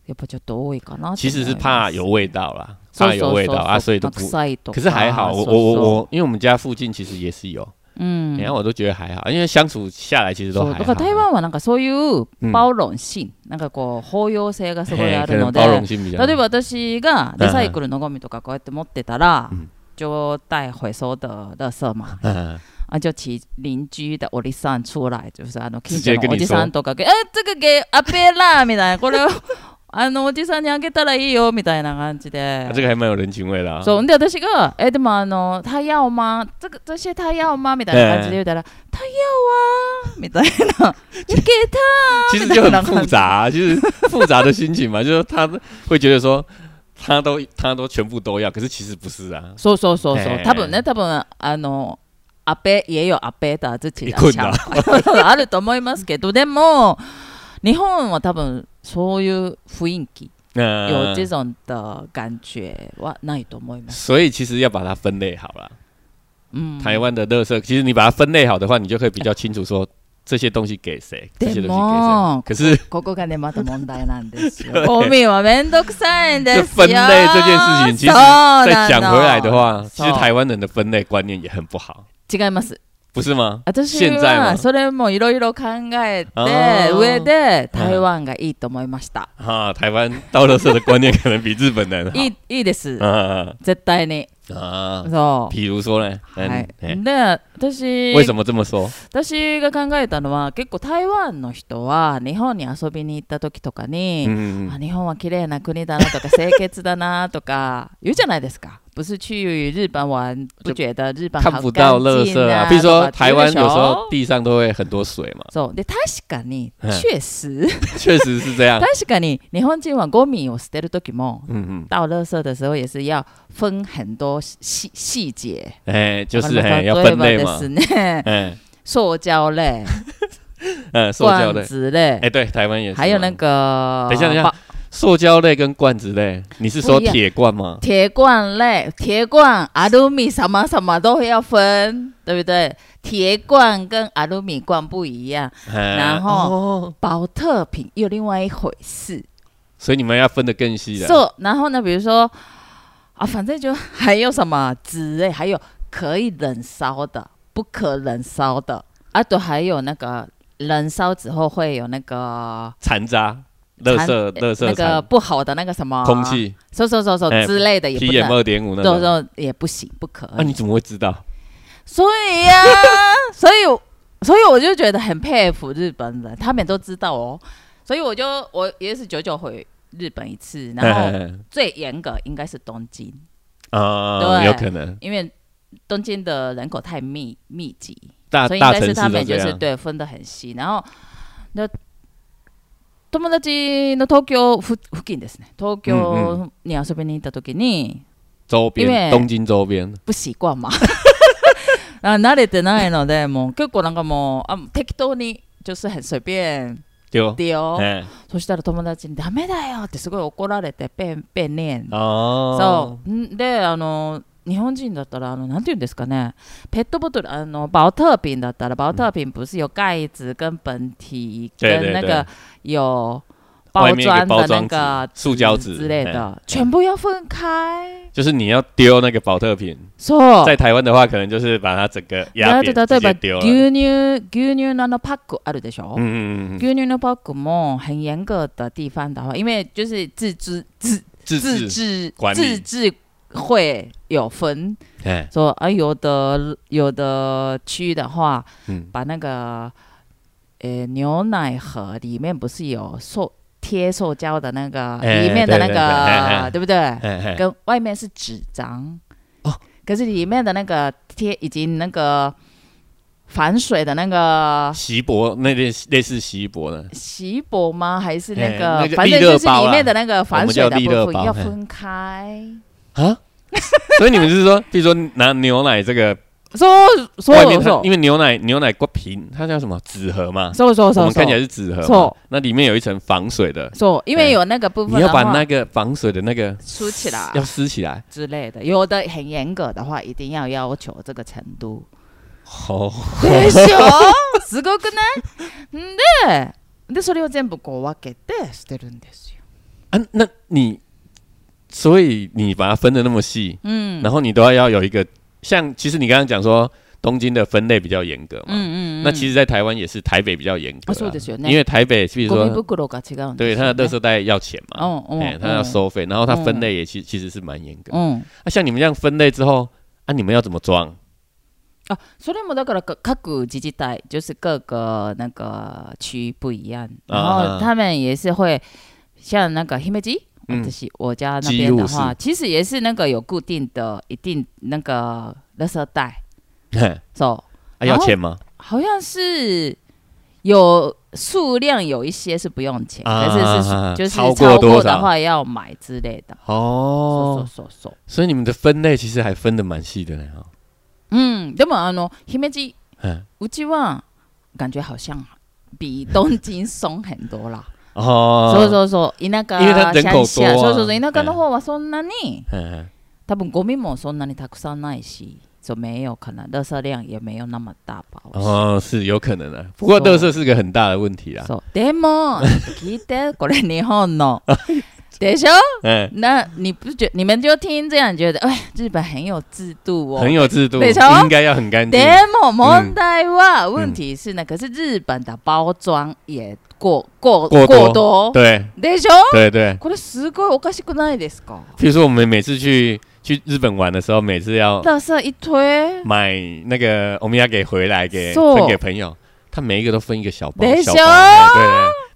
Speaker 1: やっぱちょっと多いかなと思います。
Speaker 2: 其实是怕有味道啦，
Speaker 1: そう
Speaker 2: 怕
Speaker 1: そう
Speaker 2: 有
Speaker 1: そうそう
Speaker 2: 味道啊，所以都
Speaker 1: まあ
Speaker 2: 不。
Speaker 1: 臭いとか
Speaker 2: 可是还好，我
Speaker 1: そう
Speaker 2: 我
Speaker 1: そう
Speaker 2: 我我，因为我们家附近其实也是有，
Speaker 1: うん。
Speaker 2: 然后我都觉得还好，因为相处下来其实都
Speaker 1: そう
Speaker 2: 还
Speaker 1: だから台
Speaker 2: 好。
Speaker 1: 湾はなんかそういう
Speaker 2: うん
Speaker 1: 包容心、なんかこう包容性がすごい
Speaker 2: 嘿
Speaker 1: あ
Speaker 2: 可
Speaker 1: るの
Speaker 2: 能
Speaker 1: で、
Speaker 2: 包容性比较。 <laughs>
Speaker 1: 例えば私がリサイクルのゴミとかこうやって持ってたら、
Speaker 2: うん
Speaker 1: 就带回收的垃圾嘛，
Speaker 2: 嗯，
Speaker 1: 啊，就请邻居的おじさん出来，就是あの近
Speaker 2: 直
Speaker 1: 所の
Speaker 2: 接跟
Speaker 1: お
Speaker 2: 你说
Speaker 1: じさんとかが、え、这个给阿贝拉みたいな、これを <laughs> あのおじさんにあげたらいいよみたいな感じで
Speaker 2: 啊。这个还蛮有人情味的啊。
Speaker 1: そう、んで私が、え、でもあの、タイヤをま、这个这些タイヤをまみたいな感じで言うたら、タイヤはみ
Speaker 2: <laughs>
Speaker 1: たいな、いけた
Speaker 2: <laughs> 其实就很复
Speaker 1: <laughs>
Speaker 2: 杂、就是复杂的心情嘛，就是他会觉得说，他都他都全部都要，可是其实不是啊，
Speaker 1: そうそうそうそう、
Speaker 2: ええ
Speaker 1: 多分ね多分あのアペ家よアペだ土地
Speaker 2: いくんだ
Speaker 1: だあると思いますけ
Speaker 2: <laughs>
Speaker 1: どでも日本は多分そういう雰囲気有
Speaker 2: 那
Speaker 1: 这种的感觉はないと思います。
Speaker 2: <laughs> 所以其实要把它分类好了。
Speaker 1: 嗯，
Speaker 2: 台湾的垃圾，其实你把它分类好的话，你就可以比较清楚说这些东西给谁，这些
Speaker 1: 对
Speaker 2: 东西给谁。可是
Speaker 1: ここがねまた問題なんですよ。ゴミはめんどくさいんですよ。
Speaker 2: 就分类这件事情，其
Speaker 1: そ
Speaker 2: 实
Speaker 1: うな
Speaker 2: 再
Speaker 1: の
Speaker 2: 讲回来的话，其实
Speaker 1: そう
Speaker 2: 台湾人的分类观念也很不好，
Speaker 1: 違います。
Speaker 2: 不是吗？
Speaker 1: 私
Speaker 2: 现在
Speaker 1: は
Speaker 2: 吗？
Speaker 1: それもいろいろ考えて
Speaker 2: あー
Speaker 1: 上で台湾がいいと思いました。
Speaker 2: 啊，台湾倒垃圾的观念可能比日
Speaker 1: <laughs>
Speaker 2: 本人好
Speaker 1: いいいいです。
Speaker 2: 啊
Speaker 1: 絶対に。
Speaker 2: 啊啊！
Speaker 1: そう。
Speaker 2: 比如说呢，
Speaker 1: は
Speaker 2: 嗯
Speaker 1: い、
Speaker 2: 哎
Speaker 1: で私
Speaker 2: 为什么这么说？
Speaker 1: 私が考えたのは結構台湾の人は日本に遊びに行った時とかに、
Speaker 2: 嗯
Speaker 1: あ日本は綺麗な国だなとか清潔だなと
Speaker 2: <laughs>
Speaker 1: か言うじゃないですか。不是去日本玩不觉得日本好
Speaker 2: 看不到垃圾
Speaker 1: 干净啊
Speaker 2: 啊比如说
Speaker 1: とか
Speaker 2: 台
Speaker 1: 言う
Speaker 2: 湾
Speaker 1: で
Speaker 2: 有
Speaker 1: し
Speaker 2: 时
Speaker 1: ょ
Speaker 2: 候地上都会很多水嘛， <laughs>
Speaker 1: そうで確かに
Speaker 2: うん
Speaker 1: 确实
Speaker 2: 确实是这样。
Speaker 1: <laughs> 確かに日本人はゴミを捨てる時も
Speaker 2: 嗯嗯，
Speaker 1: 倒垃圾的时候也是要分很多细细节，
Speaker 2: 哎，就是
Speaker 1: 例え
Speaker 2: 哎要
Speaker 1: ば
Speaker 2: 分类
Speaker 1: で
Speaker 2: 嘛
Speaker 1: す，ね。
Speaker 2: 哎
Speaker 1: <laughs> 塑胶类、
Speaker 2: 嗯， <laughs> 塑胶
Speaker 1: 罐
Speaker 2: 类，
Speaker 1: 子类，
Speaker 2: 哎对，台湾也是嘛。
Speaker 1: 还有那个，
Speaker 2: 等一下等一下
Speaker 1: 包
Speaker 2: 塑胶类跟罐子类，你是说
Speaker 1: 不一样
Speaker 2: 铁罐吗？
Speaker 1: 铁罐类、铁罐、阿鲁米什么什么都要分，对不对？铁罐跟阿鲁米罐不一样，
Speaker 2: 哎
Speaker 1: 然后
Speaker 2: 哦
Speaker 1: 保特瓶又另外一回事。
Speaker 2: 所以你们要分得更细了。
Speaker 1: so, 然后呢，比如说啊，反正就还有什么纸类，还有可以冷烧的、不可冷烧的，啊，对，还有那个冷烧之后会有那个
Speaker 2: 残渣、垃
Speaker 1: 残呃
Speaker 2: 圾、垃圾
Speaker 1: 那个
Speaker 2: 残、
Speaker 1: 不好的那个什么
Speaker 2: 空气
Speaker 1: 搜搜搜搜
Speaker 2: 哎
Speaker 1: 之类的也不
Speaker 2: PM
Speaker 1: 能，
Speaker 2: 二点五那
Speaker 1: 肉
Speaker 2: 种。
Speaker 1: 肉也不行，不可
Speaker 2: 那
Speaker 1: 以。
Speaker 2: 啊你怎么会知道？
Speaker 1: 所以呀、所以我所以我就觉得很佩服日本人，他们都知道哦。所以我就我也是久久回日本一次，然后
Speaker 2: 哎
Speaker 1: 最严格应该是东京，
Speaker 2: <laughs> 啊，
Speaker 1: 对
Speaker 2: 有可能
Speaker 1: 因为东京的人口太密密集，
Speaker 2: 大
Speaker 1: 所以应
Speaker 2: 大
Speaker 1: 该
Speaker 2: 城市
Speaker 1: 是他
Speaker 2: 都
Speaker 1: 们
Speaker 2: 这
Speaker 1: 就是
Speaker 2: 样。
Speaker 1: 对分得很细。然后那友達の東京付付近ですね。東京に遊びに行った時に。
Speaker 2: 周
Speaker 1: 因为
Speaker 2: 边，东京周边，
Speaker 1: 不習慣嘛 <laughs> あ慣れてないのでもう結構なんかもうあ適当に就是很随便
Speaker 2: 丢，
Speaker 1: 丢
Speaker 2: 哎，
Speaker 1: そしたら友達に「ダメだよ」ってすごい怒られてペンペンねん
Speaker 2: 哦
Speaker 1: そ，うんであの日本人だったらあのなんて言うんですかねペットボトルあのバウターピンだったらバウターピン不是有盖子跟本体
Speaker 2: 对
Speaker 1: 跟
Speaker 2: 对
Speaker 1: 那
Speaker 2: 对
Speaker 1: 个有
Speaker 2: 外
Speaker 1: 包
Speaker 2: 面一
Speaker 1: 装
Speaker 2: 个包
Speaker 1: 的那
Speaker 2: 装纸
Speaker 1: 个、
Speaker 2: 塑胶纸
Speaker 1: 之类，
Speaker 2: 哎
Speaker 1: 的全部要分开
Speaker 2: 就是你要丢那个保特瓶，
Speaker 1: そう
Speaker 2: 在台湾的话，可能就是把它整个压
Speaker 1: だっ
Speaker 2: 扁，
Speaker 1: て例
Speaker 2: 直
Speaker 1: えば
Speaker 2: 接
Speaker 1: 牛
Speaker 2: 丢了。
Speaker 1: 乳牛乳のあのパックあるでしょ、
Speaker 2: 嗯嗯嗯嗯，
Speaker 1: 牛乳のパックも很严格的地方的话，因为就是自治自
Speaker 2: 自
Speaker 1: 自
Speaker 2: 制，
Speaker 1: 治
Speaker 2: 管
Speaker 1: 自
Speaker 2: 理
Speaker 1: 治会有分，
Speaker 2: 哎，
Speaker 1: 说啊有的有的区的话，
Speaker 2: 嗯
Speaker 1: 把那个呃牛奶盒里面不是有塑贴塑胶的那个
Speaker 2: 哎
Speaker 1: 里面的那
Speaker 2: 对对对哎
Speaker 1: 个
Speaker 2: 哎，
Speaker 1: 对不对？
Speaker 2: 嘿嘿
Speaker 1: 跟外面是纸张
Speaker 2: 哦，
Speaker 1: 可是里面的那个贴已经那个防水的那个
Speaker 2: 锡箔那类似类似锡箔的，
Speaker 1: 锡箔吗？还是那
Speaker 2: 哎
Speaker 1: 个
Speaker 2: 那个
Speaker 1: 反
Speaker 2: 利
Speaker 1: 正
Speaker 2: 乐
Speaker 1: 就是
Speaker 2: 包
Speaker 1: 里
Speaker 2: 啦
Speaker 1: 面的那个防水
Speaker 2: 我
Speaker 1: 的
Speaker 2: 们叫利
Speaker 1: 部分
Speaker 2: 乐包
Speaker 1: 要
Speaker 2: 嘿
Speaker 1: 分开。
Speaker 2: 啊， <laughs> 所以你们是说，比如说拿牛奶这个
Speaker 1: 说说
Speaker 2: 外
Speaker 1: 说
Speaker 2: 面它，
Speaker 1: 说
Speaker 2: 因为牛奶牛奶罐瓶它叫什么纸盒嘛，
Speaker 1: 说说
Speaker 2: 我
Speaker 1: 说
Speaker 2: 们看起来
Speaker 1: 说
Speaker 2: 是纸盒嘛
Speaker 1: 错，
Speaker 2: 那里面有一层防水的，
Speaker 1: 说，因
Speaker 2: 哎
Speaker 1: 为有那个部分
Speaker 2: 你
Speaker 1: 的
Speaker 2: 要把那
Speaker 1: 话，
Speaker 2: 个防水的那个
Speaker 1: 梳起来
Speaker 2: 要撕起来。
Speaker 1: 之类的，有的很严格的话，一定要要求这个程度。
Speaker 2: 哦，
Speaker 1: で <laughs> しょすごくないんででそれを全部こう分けて捨てるんですよ。
Speaker 2: 啊，那你所以你把它分的那么细，
Speaker 1: うん。
Speaker 2: 然后你都要要有一个像，其实你刚刚讲说东京的分类比较严格嘛，
Speaker 1: うんうん、
Speaker 2: 那其实，在台湾也是台北比较严格
Speaker 1: あ
Speaker 2: 啦、
Speaker 1: そうですよね。
Speaker 2: 因为台北比如
Speaker 1: ゴミ
Speaker 2: 说
Speaker 1: 袋が違うん
Speaker 2: 对
Speaker 1: ですよ、ね。
Speaker 2: 它的垃圾袋要钱嘛，
Speaker 1: 嗯嗯
Speaker 2: 哎，它要
Speaker 1: 嗯
Speaker 2: 收费，然后它分类也其其实是蛮严格的。
Speaker 1: うん。
Speaker 2: 那啊像你们这样分类之后，啊，你们要怎么装？ <laughs>
Speaker 1: あ、それもだからか各自治体、就是各个那个区不一样，然
Speaker 2: 啊
Speaker 1: 后他们也是会像那个姫路。
Speaker 2: 嗯
Speaker 1: 私我家那边的
Speaker 2: 姬路
Speaker 1: 话，其实也是那个有固定的一定那个垃圾袋，
Speaker 2: 嘿
Speaker 1: 走、
Speaker 2: 啊，要钱吗？
Speaker 1: 好像是有数量，有一些是不用钱，
Speaker 2: 啊
Speaker 1: 但是
Speaker 2: 啊啊
Speaker 1: 是就是
Speaker 2: 超
Speaker 1: 超
Speaker 2: 过多
Speaker 1: 过
Speaker 2: 少
Speaker 1: 的话要买之类的。そうそ
Speaker 2: 哦，
Speaker 1: うそうそう。
Speaker 2: 所以你们的分类其实还分的蛮细的呢。哦
Speaker 1: 嗯，でもあの姫路
Speaker 2: 嗯，
Speaker 1: うちは感觉好像比东京松很多啦。
Speaker 2: 哦，
Speaker 1: そうそうそう。田舎
Speaker 2: 因为它人口
Speaker 1: 乡下
Speaker 2: 多啊
Speaker 1: そうそうそう。田舎の方はそんなに
Speaker 2: 嗯，嗯
Speaker 1: 多分ゴミもそんなにたくさんないし。そう没有可能，垃圾量也没有那么大吧。我想
Speaker 2: 哦，是有可能的。不过
Speaker 1: そう
Speaker 2: 垃圾是个很大的问题啦。
Speaker 1: そうでも聞いてこれ日本 <laughs> のでしょ
Speaker 2: 嗯，
Speaker 1: 那你不觉你们就听这样觉得，哎，日本很有制度哦
Speaker 2: 很。有制度，
Speaker 1: 对头
Speaker 2: 应该要很干净。
Speaker 1: でも問題は、问题是呢，可是日本的包装也过过
Speaker 2: 过多
Speaker 1: 过多
Speaker 2: 对
Speaker 1: でしょ？
Speaker 2: 对对，
Speaker 1: これすごいおかしくないですか？
Speaker 2: 比如说我们每次去去日本玩的时候，每次要
Speaker 1: 垃圾一推，
Speaker 2: 买那个欧米亚给回来给
Speaker 1: そう
Speaker 2: 分给朋友，他每一个都分一个小包
Speaker 1: でし
Speaker 2: 小
Speaker 1: ょ
Speaker 2: 包，哎对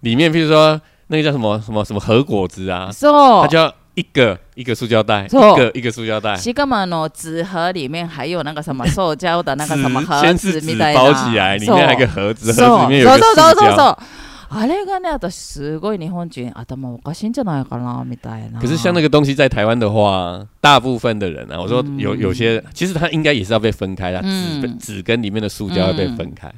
Speaker 2: 对，里面譬如说那个叫什么什么什么核果子啊，
Speaker 1: そう
Speaker 2: 他就。要一个一个塑胶袋，一
Speaker 1: そう
Speaker 2: 个一个塑胶袋，
Speaker 1: しかもあの纸盒里面还有那个什么塑胶的那个什么
Speaker 2: 纸
Speaker 1: 盒
Speaker 2: 先是
Speaker 1: 子
Speaker 2: 纸
Speaker 1: みたいな。
Speaker 2: 包起来，里面还有一个盒子，盒子里面有
Speaker 1: そう
Speaker 2: 一个
Speaker 1: そうそう
Speaker 2: 塑
Speaker 1: そう
Speaker 2: 胶。
Speaker 1: そう。あれがね、私すごい日本人頭おかしいんじゃないかなみたいな。
Speaker 2: 可是像那个东西在台湾的话，大部分的人啊，我说有有些，其实它应该也是要被分开的，
Speaker 1: 嗯
Speaker 2: 纸纸跟里面的塑胶要被分开。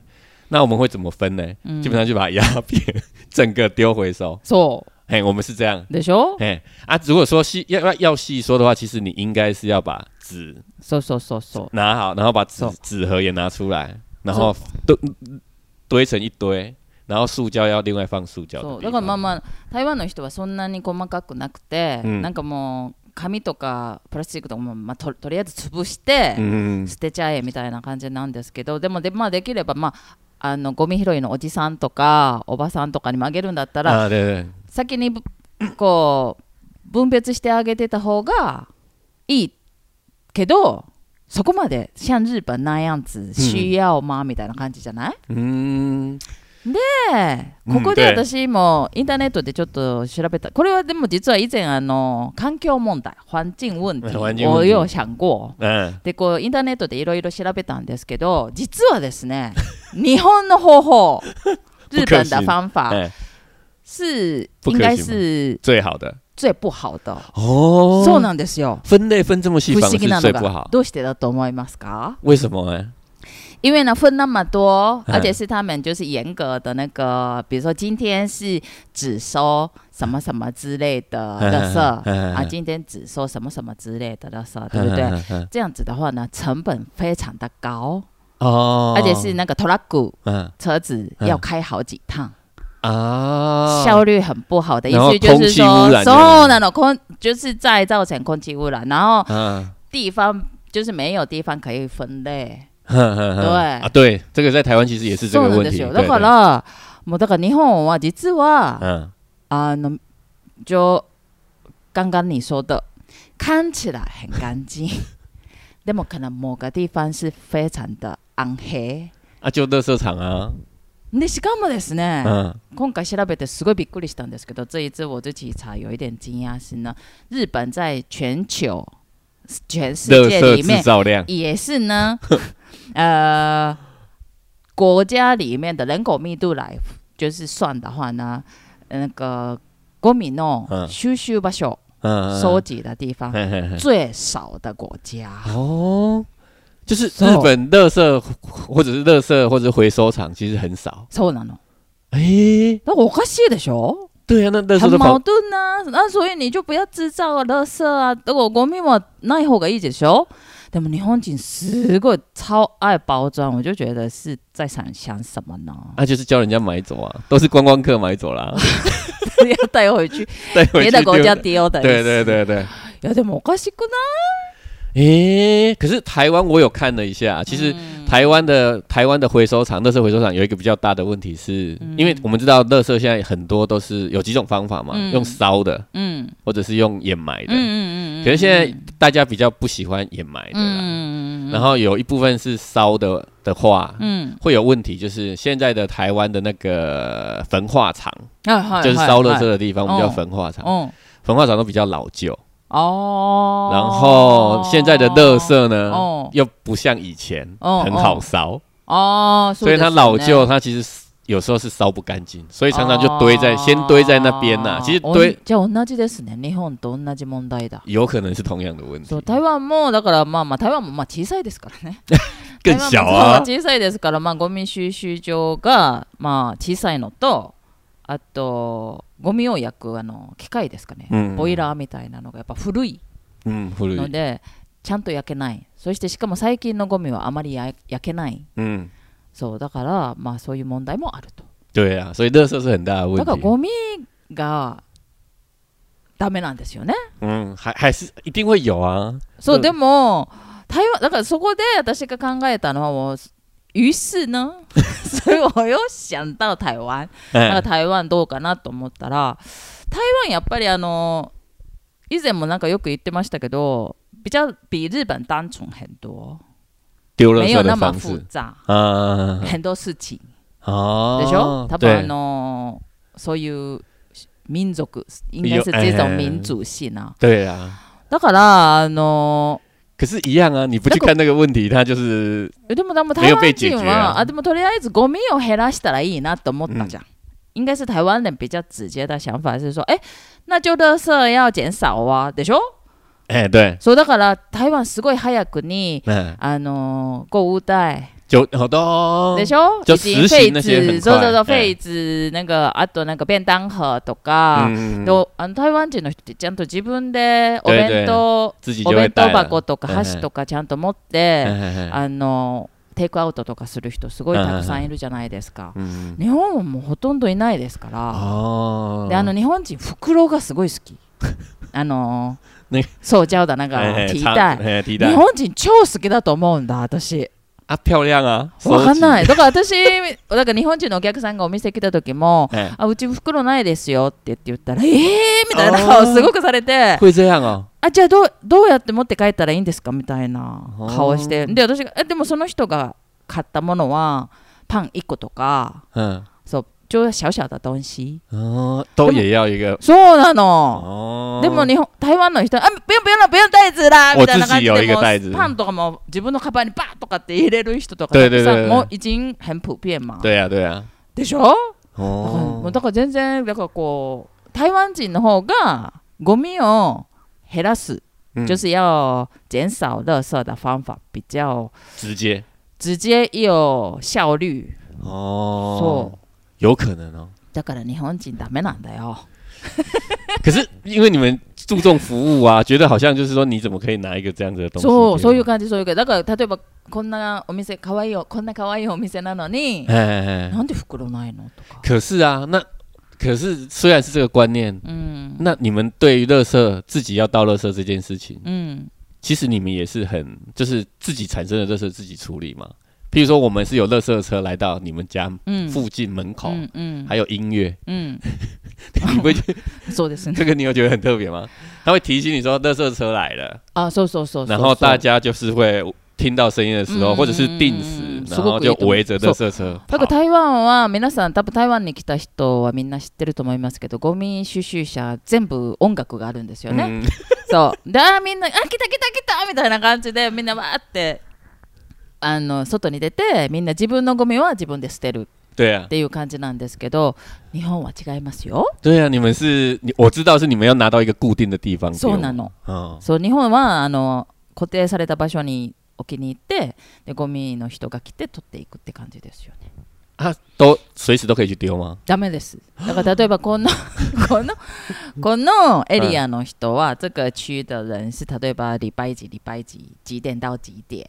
Speaker 2: 那我们会怎么分呢？
Speaker 1: 嗯
Speaker 2: 基本上就把鸦片 <laughs> 整个丢回收。
Speaker 1: そ
Speaker 2: 嘿，我们是这样。
Speaker 1: うでしょ？
Speaker 2: 嘿啊，如果说细要要要细说的话，其实你应该是要把纸
Speaker 1: そうそうそうそう。
Speaker 2: 拿好，然后把纸
Speaker 1: 走
Speaker 2: 纸盒也拿出来，然后堆堆成一堆，然后塑胶要另外放塑胶的地
Speaker 1: そ
Speaker 2: 方。
Speaker 1: うだからまあまあ台湾の人はそんなに細かくなくて、
Speaker 2: うん
Speaker 1: なんかもう紙とかプラスチックとかも、まあ、ととりあえず潰して、
Speaker 2: 嗯，
Speaker 1: 捨てちゃえみたいな感じなんですけどでもで,、まあ、できればまああのゴミ拾いのおじさんとかおばさんとかにもあげるんだったら、
Speaker 2: 啊，对对，
Speaker 1: 先にぶこう分別してあげてた方がいいけどそこまで像日本那样子需要吗、みたいな感じじゃない
Speaker 2: 嗯。
Speaker 1: で
Speaker 2: うん
Speaker 1: ここで
Speaker 2: で
Speaker 1: 私もインターネットでちょっと調べたこれはでも実は以前あの環境問題環境問題
Speaker 2: 環境問
Speaker 1: を
Speaker 2: 題
Speaker 1: よう想过
Speaker 2: 嗯，
Speaker 1: でこうインターネットでいろいろ調べたんですけど実はですね日本の方法
Speaker 2: 不可
Speaker 1: 日本的
Speaker 2: 行
Speaker 1: 方法
Speaker 2: 哎，
Speaker 1: 是
Speaker 2: 不
Speaker 1: 应
Speaker 2: 可
Speaker 1: 该
Speaker 2: 行吗
Speaker 1: 是
Speaker 2: 最好的
Speaker 1: 最不好的。
Speaker 2: 哦
Speaker 1: そうなんですよ。
Speaker 2: 分类分这么细，
Speaker 1: 不
Speaker 2: 反
Speaker 1: 思議
Speaker 2: 而
Speaker 1: な
Speaker 2: 是最
Speaker 1: の
Speaker 2: 不
Speaker 1: が
Speaker 2: 好。
Speaker 1: どうしてだと思いますか？
Speaker 2: 为什么啊呢？
Speaker 1: 因为呢分那么多，
Speaker 2: 嗯
Speaker 1: 而且是他们就是严格的那个，比如说今天是只收什么什么之类的
Speaker 2: 嗯
Speaker 1: 垃圾
Speaker 2: 嗯嗯
Speaker 1: 啊，
Speaker 2: 嗯
Speaker 1: 今天只收什么什么之类的垃圾，对哦不对？
Speaker 2: 嗯？嗯
Speaker 1: 这样子的话呢，成本非常的高，
Speaker 2: 哦，
Speaker 1: 而且是那个 truck
Speaker 2: 嗯
Speaker 1: 车子
Speaker 2: 嗯
Speaker 1: 要开好几趟，
Speaker 2: 啊，
Speaker 1: 效率很不好的意
Speaker 2: 然后
Speaker 1: 思就是
Speaker 2: 空气污
Speaker 1: 说
Speaker 2: 染，
Speaker 1: そうなの空就是再造成空气污染，然后
Speaker 2: 嗯，
Speaker 1: 地方就是没有地方可以分类。
Speaker 2: 哼哼哼
Speaker 1: 对
Speaker 2: 啊，对，这个在台湾其实也是这
Speaker 1: そうな
Speaker 2: 个
Speaker 1: ん
Speaker 2: 问
Speaker 1: です
Speaker 2: 题。
Speaker 1: よ。だ
Speaker 2: 对
Speaker 1: か、ら、もうだから日本は実
Speaker 2: 对
Speaker 1: は、
Speaker 2: 嗯，
Speaker 1: あの、就刚刚你说的，看起来很干 <laughs> 净，でも可能某个地方是非常的暗黑。
Speaker 2: 啊，就垃圾场啊，
Speaker 1: でしかもですね、
Speaker 2: 嗯，
Speaker 1: 今回調べてすごいびっくりしたんですけど、这一次我自己查有一点惊讶是呢，日本在全球、全世
Speaker 2: 热
Speaker 1: 界
Speaker 2: 色
Speaker 1: 里面
Speaker 2: 制造量，
Speaker 1: 也是呢， <laughs> 呃，国家里面的人口密度来就是算的话呢，呃那个国民哦の
Speaker 2: 嗯
Speaker 1: 収集場所、
Speaker 2: 嗯，
Speaker 1: 收集的地方
Speaker 2: 嘿嘿嘿
Speaker 1: 最少的国家。
Speaker 2: 哦，就是
Speaker 1: そう
Speaker 2: 日本乐色或者是乐色或者是回收厂其实很少。
Speaker 1: そうなの。
Speaker 2: 哎、
Speaker 1: 那我かしいでしょ？
Speaker 2: 对啊，那乐色
Speaker 1: 很
Speaker 2: 都
Speaker 1: 矛
Speaker 2: 跑，
Speaker 1: 盾呐、啊。那所以你就不要制造垃圾啊。如果ゴミもない方がいいでしょ？でも日本人すごい超爱包装，我就觉得是在想想什么呢？ <laughs>
Speaker 2: 啊，就是叫人家买走啊，都是观光客买走啦，
Speaker 1: 要带回去
Speaker 2: 带回
Speaker 1: 别
Speaker 2: 去
Speaker 1: 的国
Speaker 2: 丢
Speaker 1: 家。丢的意思。
Speaker 2: 对对对对，
Speaker 1: いやでもおかしくない
Speaker 2: 诶、可是台湾我有看了一下，
Speaker 1: 嗯
Speaker 2: 其实台湾的、台湾的回收厂、乐色回收厂有一个比较大的问题是，
Speaker 1: 嗯
Speaker 2: 因为我们知道乐色现在很多都是有几种方法嘛，
Speaker 1: 嗯
Speaker 2: 用烧的
Speaker 1: 嗯
Speaker 2: 或者是用掩埋
Speaker 1: 嗯
Speaker 2: 的，
Speaker 1: 嗯嗯嗯，
Speaker 2: 可是现在大家比较不喜欢掩埋的啦，
Speaker 1: 嗯嗯嗯，
Speaker 2: 然后有一部分是烧的的话，
Speaker 1: 嗯
Speaker 2: 会有问题，就是现在的台湾的那个焚化厂，
Speaker 1: 嗯
Speaker 2: 就是烧垃圾的地方，我们叫
Speaker 1: 哦
Speaker 2: 焚化厂，
Speaker 1: 嗯
Speaker 2: 焚化厂都比较老旧，
Speaker 1: 哦，
Speaker 2: 然后现在的垃圾呢，
Speaker 1: 哦
Speaker 2: 又不像以前
Speaker 1: 哦
Speaker 2: 很好烧，
Speaker 1: 哦，
Speaker 2: 所以它老旧，它其实。有时候是烧不干净，所以常常就堆
Speaker 1: 哦
Speaker 2: 在、先堆在那边呐、其实堆
Speaker 1: じゃあ同じですね日本と同じ問題だ。
Speaker 2: 有可能是同样的问题
Speaker 1: そう，台湾もだからまあまあ台湾もまあ小さいですからね。
Speaker 2: 更小
Speaker 1: 台湾
Speaker 2: 啊
Speaker 1: もそう小さいですからまあゴミ収集場がまあ小さいのとあとゴミを焼くあの機械ですかね、
Speaker 2: うん
Speaker 1: ボイラーみたいなのがやっぱ古い
Speaker 2: 嗯，或者
Speaker 1: のでちゃんと焼けないそしてしかも最近のゴミはあまり焼焼けない
Speaker 2: 嗯，
Speaker 1: そうだからまあそういう問題もあると
Speaker 2: 对啊，所以垃圾是很大的问
Speaker 1: だから
Speaker 2: 题。
Speaker 1: ゴミがダメなんですよね
Speaker 2: 嗯，还还是一定会有啊。
Speaker 1: そう
Speaker 2: うん
Speaker 1: でも台湾だからそこで私が考えたのはもう于是呢 <laughs> それをよしあんたは台湾だから
Speaker 2: 哎，
Speaker 1: 台湾どうかなと思ったら台湾やっぱりあの以前もなんかよく言ってましたけど比较比日本单纯很多
Speaker 2: 丢垃
Speaker 1: 没有
Speaker 2: 圾
Speaker 1: 那
Speaker 2: 的
Speaker 1: 么
Speaker 2: 方
Speaker 1: 复
Speaker 2: 式
Speaker 1: 杂
Speaker 2: 啊，
Speaker 1: <laughs> 很多事情
Speaker 2: 哦，
Speaker 1: でしょ多分あ
Speaker 2: 对，
Speaker 1: のそういう民族应该是这种民族性啊
Speaker 2: 对啊。
Speaker 1: だからあの
Speaker 2: 可是，一样啊，你不去看那个问题，它就是
Speaker 1: でもでも
Speaker 2: 没
Speaker 1: 台
Speaker 2: 有被
Speaker 1: 湾
Speaker 2: 解
Speaker 1: 人
Speaker 2: 决
Speaker 1: は
Speaker 2: 啊
Speaker 1: あでもとりあえずゴミを減らしたらいいなと思ったじゃん应该是台湾人比较直接的想法是说え那就垃圾要减少啊でしょ
Speaker 2: 哎，对，
Speaker 1: そうだから台湾すごい早くに
Speaker 2: 嗯，
Speaker 1: あの購物袋
Speaker 2: 就好哦多
Speaker 1: でしょ
Speaker 2: 就
Speaker 1: 以及
Speaker 2: 实
Speaker 1: 废
Speaker 2: 行
Speaker 1: 纸
Speaker 2: 那些很快
Speaker 1: そうそうそう
Speaker 2: うん
Speaker 1: 废纸那个あとなんか便当盒とか
Speaker 2: 嗯，
Speaker 1: でおあの台湾人の人ってちゃんと自分でお
Speaker 2: 对
Speaker 1: 弁
Speaker 2: 对
Speaker 1: 当
Speaker 2: 自己
Speaker 1: お
Speaker 2: 就会
Speaker 1: 弁当
Speaker 2: 带了
Speaker 1: 箱とか
Speaker 2: 嗯嗯
Speaker 1: 箸とかちゃんと持って、
Speaker 2: 嗯嗯
Speaker 1: あのテイクアウトとかする人すごいたくさんいるじゃないですか、
Speaker 2: 嗯，
Speaker 1: 日本はもうほとんどいないですから、
Speaker 2: 哦
Speaker 1: であの日本人袋がすごい好きあの
Speaker 2: ね
Speaker 1: そうちゃうだなんか
Speaker 2: 哎
Speaker 1: ティー
Speaker 2: 插
Speaker 1: タイ
Speaker 2: 哎替
Speaker 1: 日
Speaker 2: 代
Speaker 1: 本人超好きだと思うんだ私
Speaker 2: 啊，漂亮啊，，
Speaker 1: わかんないいだから私 <laughs> だから日本人のお客さんがお店来た時も
Speaker 2: 哎，
Speaker 1: あうち袋ないですよって言って言ったらえーみたいな
Speaker 2: あ
Speaker 1: 顔
Speaker 2: ー
Speaker 1: すごくされて
Speaker 2: 会这样哦，
Speaker 1: あじゃあどうどうやって持って帰ったらいいんですかみたいな
Speaker 2: あー
Speaker 1: 顔してで私がえでもその人が買ったものはパン1個とか
Speaker 2: 嗯，
Speaker 1: そう就小小的东西
Speaker 2: 哦，都也要一个
Speaker 1: そうなの、
Speaker 2: 哦，
Speaker 1: でも日本台湾の人はあ不要不要了不要袋子啦
Speaker 2: 我
Speaker 1: みたいな感じ
Speaker 2: 自己有一
Speaker 1: でも
Speaker 2: 个袋子
Speaker 1: うパンとかも自分のカバンにバーッとかって入れる人とか
Speaker 2: 对
Speaker 1: たく
Speaker 2: 对
Speaker 1: さん
Speaker 2: 对对
Speaker 1: もう已经很普遍嘛
Speaker 2: 对啊，对啊，
Speaker 1: でしょだからもう，
Speaker 2: 哦
Speaker 1: だから全然だからこう台湾人の方がゴミを減らす
Speaker 2: 嗯
Speaker 1: 就是要减少垃圾的方法比较
Speaker 2: 直接
Speaker 1: 直接又有效率。
Speaker 2: 哦，
Speaker 1: そう
Speaker 2: 有可能哦。
Speaker 1: だから日本人ダメなんだよ。
Speaker 2: 可是因为你们注重服务啊，觉得好像就是说，你怎么可以拿一个这样子的东西？
Speaker 1: そうそういう感じそういう感じ。だから例えばこんなお店可愛いよこんな可愛いお店なのに、
Speaker 2: 哎哎哎
Speaker 1: なんで袋ないのとか。
Speaker 2: 可是啊，那可是虽然是这个观念，
Speaker 1: うん
Speaker 2: 那你们对于垃圾自己要倒垃圾这件事情，
Speaker 1: うん
Speaker 2: 其实你们也是很就是自己产生的垃圾自己处理嘛。譬如说，我们是有垃圾车来到你们家
Speaker 1: うん
Speaker 2: 附近门口，
Speaker 1: うんうん
Speaker 2: 还有音乐，
Speaker 1: うん。 <laughs>
Speaker 2: 你不会觉得
Speaker 1: そうですね。
Speaker 2: 这个你有觉得很特别吗？他会提醒你说，垃圾车来了。
Speaker 1: 哦あそうそうそうそう。
Speaker 2: 然后大家就是会听到声音的时候，
Speaker 1: 嗯
Speaker 2: 或者是定时，
Speaker 1: うん
Speaker 2: 然后
Speaker 1: ごくいい
Speaker 2: 就是
Speaker 1: と思う
Speaker 2: 围着垃圾车
Speaker 1: だ
Speaker 2: 跑
Speaker 1: から台湾は皆さん多分台湾に来た人はみんな知ってると思いますけどゴミ収集車全部音楽があるんですよね、
Speaker 2: 嗯
Speaker 1: そうであーみんな「あ来た来た来た」みたいな感じでみんなわーってあの外に出てみんな自分のゴミは自分で捨てる
Speaker 2: 对啊
Speaker 1: っ，ていう感じなんですけど日本は違いますよ
Speaker 2: 对啊，你们是，你我知道是你们要拿到一个固定的地方丢。
Speaker 1: そうなの
Speaker 2: 嗯，
Speaker 1: そう日本はあの固定された場所に置きに行ってでゴミの人が来て取っていくって感じですよね
Speaker 2: 啊，都随时都可以去丢吗？
Speaker 1: ダメです。だから例えばこのこのこのエリアの人は、这个区的人是例えば礼拜几礼拜几几点到几点。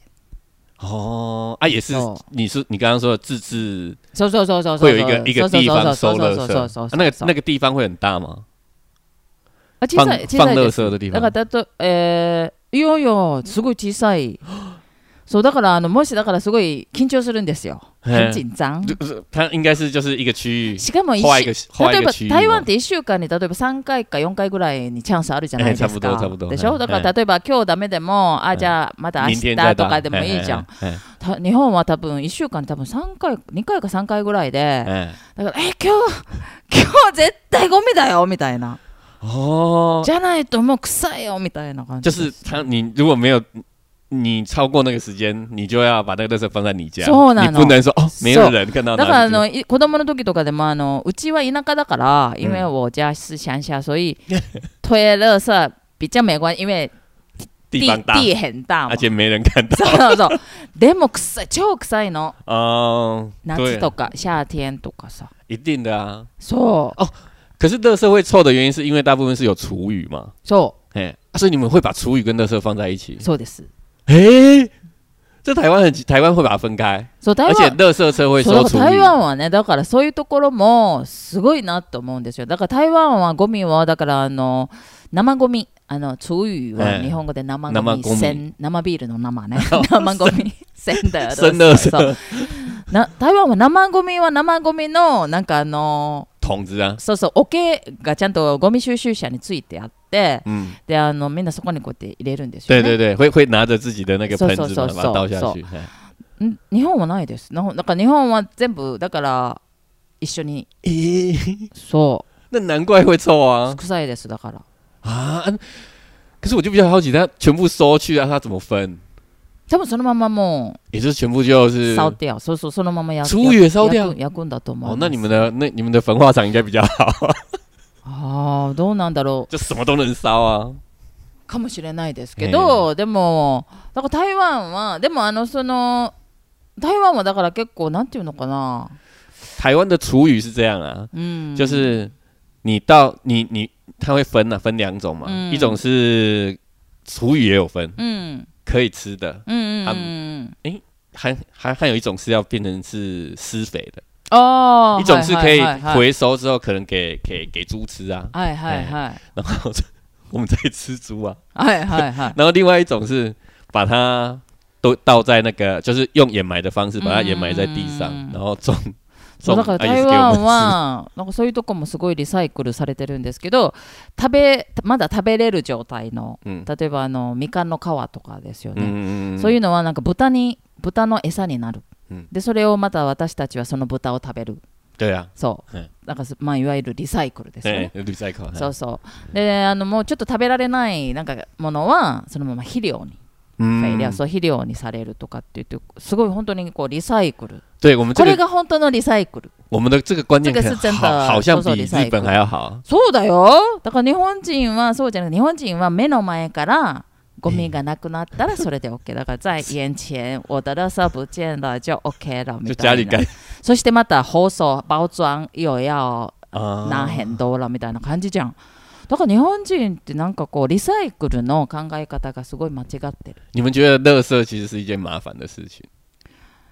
Speaker 2: 哦，啊，也是
Speaker 1: 哦，
Speaker 2: 你是你刚刚说的自治
Speaker 1: そうそうそうそうそう。
Speaker 2: 会有一个一个地方
Speaker 1: そう
Speaker 2: 收垃
Speaker 1: そう
Speaker 2: 圾
Speaker 1: そうそうそうそうそうそう
Speaker 2: 啊，那个那个地方会很大吗？
Speaker 1: あ小
Speaker 2: 放
Speaker 1: さい小
Speaker 2: 放
Speaker 1: さい
Speaker 2: 垃
Speaker 1: です。
Speaker 2: 圾的地
Speaker 1: だか。
Speaker 2: 方
Speaker 1: らだとえー、いやいやすごい小さい。そうだからあのもしだからすごい緊張するんですよ。
Speaker 2: 嘿
Speaker 1: 很紧张。
Speaker 2: 就是它应该是就是一个区域
Speaker 1: しかも一
Speaker 2: 画一个
Speaker 1: 週
Speaker 2: 画
Speaker 1: 例
Speaker 2: 一
Speaker 1: え
Speaker 2: 个
Speaker 1: ば
Speaker 2: 区域
Speaker 1: 台湾っ。
Speaker 2: 嘛
Speaker 1: て1週間に例えば3回か4回ぐらいにチャンスあるじゃないです
Speaker 2: ええ差不
Speaker 1: か。
Speaker 2: 多差不多
Speaker 1: でしょ
Speaker 2: はい
Speaker 1: だから例えば今日ダメでも、あ、じゃあまた明
Speaker 2: 明
Speaker 1: 日
Speaker 2: 天再打
Speaker 1: とかでもいいじゃん。。
Speaker 2: 哎
Speaker 1: た日本は多分1週間に多分3回、2回か3回ぐらい
Speaker 2: 哎
Speaker 1: で、
Speaker 2: 哎
Speaker 1: だから、え、今日、 <laughs> 今日絶対ゴミだよみたいな。
Speaker 2: 哦，
Speaker 1: じゃないともう臭いよみたいな感じ。
Speaker 2: 就是它，你如果没有你超过那个时间，你就要把那个垃圾放在你家，
Speaker 1: そうな
Speaker 2: 你
Speaker 1: の
Speaker 2: 不能说哦没
Speaker 1: そ
Speaker 2: 有
Speaker 1: う
Speaker 2: 人看到
Speaker 1: だから
Speaker 2: 哪
Speaker 1: あ
Speaker 2: 里去。
Speaker 1: のい子供の時とかでもあのうちは田舎だから、因为我家是乡下，所以推垃圾比较没关系，因为
Speaker 2: 地方大，
Speaker 1: 地很大嘛
Speaker 2: 而且没人看到。
Speaker 1: そうそうそう。でも臭い、超臭いの。
Speaker 2: 哦，
Speaker 1: 夏
Speaker 2: 对，
Speaker 1: とか、夏天とかさ。
Speaker 2: 一定的啊。
Speaker 1: そう、
Speaker 2: 可是垃圾会臭的原因，是因为大部分是有厨余嘛，
Speaker 1: そ
Speaker 2: 哎、啊所以你们会把厨余跟垃圾放在一起
Speaker 1: う、。そうです。
Speaker 2: 哎、这台湾很奇，台湾会把它分开，
Speaker 1: そう、台
Speaker 2: 而
Speaker 1: 湾
Speaker 2: 且垃圾车会
Speaker 1: そう
Speaker 2: 收
Speaker 1: だか
Speaker 2: 厨
Speaker 1: ら台
Speaker 2: 余。
Speaker 1: 湾はね、だからそういうところもすごいなと思うんですよ。だから台湾はゴミは、だからあの、生ゴミ。あの、厨余は
Speaker 2: ええ
Speaker 1: 日本語で生
Speaker 2: 生
Speaker 1: ゴミ、
Speaker 2: ゴミ
Speaker 1: せん生ビールの生 <laughs> ね。生ゴミ、せんだよ。
Speaker 2: 生垃圾
Speaker 1: そうな台湾は生ゴミは生ゴミの、なんかあの、
Speaker 2: 桶子啊，
Speaker 1: そうそう、桶がちゃんとゴミ収集車についてあって、
Speaker 2: 嗯，
Speaker 1: であのみんなそこにこうやって入れるんですよ、
Speaker 2: 对
Speaker 1: ね。
Speaker 2: 对对，会会拿着自己的那个
Speaker 1: 嗖
Speaker 2: 盆
Speaker 1: 嗖
Speaker 2: 子
Speaker 1: 嗖
Speaker 2: 把它倒下
Speaker 1: 嗖
Speaker 2: 去。嘿
Speaker 1: ん日本はないです。日本だから日本は全部だから一緒に
Speaker 2: 咦、
Speaker 1: そ
Speaker 2: <laughs> 那难怪会臭啊
Speaker 1: う臭いですだから。
Speaker 2: 啊！啊可是我就比较好奇，它全部收去啊，它怎么分？
Speaker 1: 多分そのままも
Speaker 2: 也就是全部就是
Speaker 1: う烧掉、そうそうそのまま焼く。
Speaker 2: 厨余也烧掉
Speaker 1: 焼く焼くんだと思う。
Speaker 2: 哦，那你们的那你们的焚化厂应该比较 <laughs> 好，
Speaker 1: ああどうなんだろ
Speaker 2: 就什么都能烧啊。
Speaker 1: うかもしれないですけど、でもだから台湾はでもあのその台湾はだから結構なんていうのかな。
Speaker 2: 台湾的厨余是这样啊，
Speaker 1: うん。
Speaker 2: 就是你到你你，它会分啊，分两种嘛，
Speaker 1: 嗯
Speaker 2: 一种是厨余也有分，
Speaker 1: うん
Speaker 2: 可以吃的，
Speaker 1: うんうんうん。
Speaker 2: 还还还有一种是要变成是施肥的，
Speaker 1: ああ
Speaker 2: 一种是可以
Speaker 1: はいはいはい
Speaker 2: 回收之后可能给给给猪吃啊，
Speaker 1: はいはいはい。
Speaker 2: 然后 <laughs> 我们再吃猪啊，
Speaker 1: はいはいはい。
Speaker 2: 然后另外一种是把它。都倒在那个，就是用掩埋的方式把它掩埋在地上，
Speaker 1: 嗯
Speaker 2: 然后种
Speaker 1: そう
Speaker 2: 种
Speaker 1: だから
Speaker 2: 啊
Speaker 1: 台
Speaker 2: 也是给我
Speaker 1: 湾
Speaker 2: 们吃。
Speaker 1: は <laughs> なんかそういうとこもすごいリサイクルされてるんですけど食べまだ食べれる状態の
Speaker 2: 嗯
Speaker 1: 例えばあのみかんの皮とかですよね、
Speaker 2: 嗯
Speaker 1: そういうのはなんか豚に豚の餌になる、
Speaker 2: うん
Speaker 1: でそれをまた私たちはその豚を食べる
Speaker 2: 对啊，
Speaker 1: そう、
Speaker 2: はい
Speaker 1: なんかすまあ、いわゆるリサイクルですよ
Speaker 2: 对
Speaker 1: ね、
Speaker 2: ，recycle，哎
Speaker 1: そうそうであのもうちょっと食べられないなんかものはそのまま肥料に
Speaker 2: 嗯
Speaker 1: 肥料、そう肥料にされるとかって言ってすごい本当にこうリサイクル
Speaker 2: 对我们这
Speaker 1: これ
Speaker 2: 个
Speaker 1: が本当のリサイクル
Speaker 2: 我们的这个观念
Speaker 1: 这
Speaker 2: 可
Speaker 1: 个是
Speaker 2: 能
Speaker 1: 真的
Speaker 2: 好，好像
Speaker 1: 做
Speaker 2: 比
Speaker 1: 做 recycle
Speaker 2: 日本还要好。
Speaker 1: そうだよだから日本人はそうじゃなくて日本人は目の前からゴミがなくなったらそれで OK だから
Speaker 2: <laughs>
Speaker 1: 在眼前我的垃圾不见了就 OK 了
Speaker 2: 就
Speaker 1: みた
Speaker 2: 家里
Speaker 1: いな
Speaker 2: 干
Speaker 1: そしてまた包装包装又要 <laughs> 何
Speaker 2: 啊，
Speaker 1: 変動らみたいな感じじゃんだから日本人ってなんかこうリサイクルの考え方がすごい間違ってる
Speaker 2: 你们觉得垃圾其实是一件麻烦的事情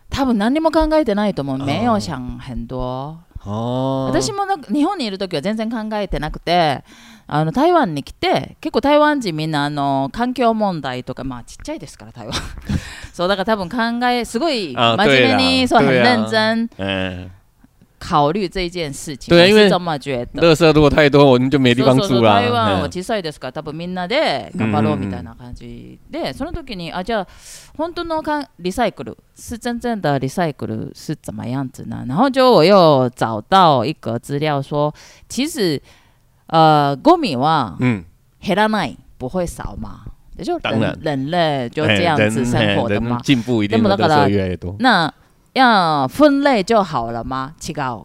Speaker 1: 多分何にも考えてないと思う
Speaker 2: あー
Speaker 1: 名誉者変動
Speaker 2: 哦？
Speaker 1: 私もなんか日本にいる時は全然考えてなくてあの台湾に来て結構台湾人みんなあの環境問題とかまあちっちゃいですから台湾そうだから多分考えすごい
Speaker 2: あ
Speaker 1: 真面目に
Speaker 2: 对啦
Speaker 1: そう很
Speaker 2: 对啊
Speaker 1: 認真
Speaker 2: 嗯，
Speaker 1: 考虑这件事情。
Speaker 2: 对
Speaker 1: 我是
Speaker 2: 因为
Speaker 1: 这么觉得。
Speaker 2: 垃圾如果太多，我们就没地方
Speaker 1: そうそうそ
Speaker 2: 住
Speaker 1: う
Speaker 2: 啦。
Speaker 1: 台湾は
Speaker 2: 嗯
Speaker 1: 小さいですから、多分みんなで頑張ろうみたいな感じで、その時に、あ、じゃあ、本当のかんリサイクル、是真正的リサイクル是怎么样子呢？然后就我又找到一个资料说，其实，呃，ゴミは
Speaker 2: 嗯，
Speaker 1: 減らない、不会少嘛，也就
Speaker 2: 当然
Speaker 1: 人人类就
Speaker 2: 哎
Speaker 1: 这样子
Speaker 2: 人
Speaker 1: 生活
Speaker 2: 哎
Speaker 1: 的
Speaker 2: 人
Speaker 1: 嘛。
Speaker 2: 进步一定
Speaker 1: 那
Speaker 2: 垃
Speaker 1: 么那个啦
Speaker 2: 圾越来越多。
Speaker 1: 那要分类就好了吗？七高，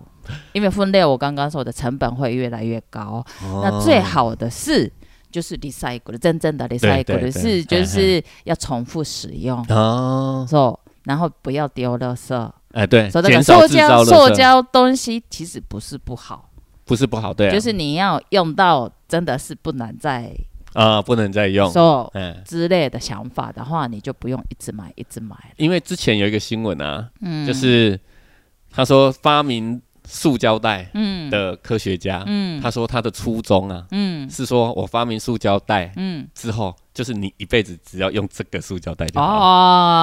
Speaker 1: 因为分类我刚刚说的成本会越来越高。
Speaker 2: 哦
Speaker 1: 那最好的是就是 recycle，真正的
Speaker 2: 对
Speaker 1: recycle
Speaker 2: 对哎
Speaker 1: 是就是要重复使用，
Speaker 2: 哦，
Speaker 1: so, 然后不要丢垃圾。
Speaker 2: 哎，对，
Speaker 1: 所以那
Speaker 2: 减
Speaker 1: 个
Speaker 2: 少
Speaker 1: 塑
Speaker 2: 制
Speaker 1: 胶
Speaker 2: 造垃
Speaker 1: 塑
Speaker 2: 圾
Speaker 1: 胶东西其实不是不好，
Speaker 2: 不是不好，对啊，
Speaker 1: 就是你要用到真的是不能再
Speaker 2: 啊，不能再用。
Speaker 1: so
Speaker 2: 嗯，
Speaker 1: 之类的想法的话，你就不用一直买一直买了。
Speaker 2: 因为之前有一个新闻啊，
Speaker 1: 嗯，
Speaker 2: 就是他说发明塑胶袋
Speaker 1: 嗯
Speaker 2: 的科学家，
Speaker 1: 嗯
Speaker 2: 他说他的初衷啊
Speaker 1: 嗯
Speaker 2: 是说我发明塑胶袋
Speaker 1: 嗯
Speaker 2: 之后，就是你一辈子只要用这个塑胶袋就好了。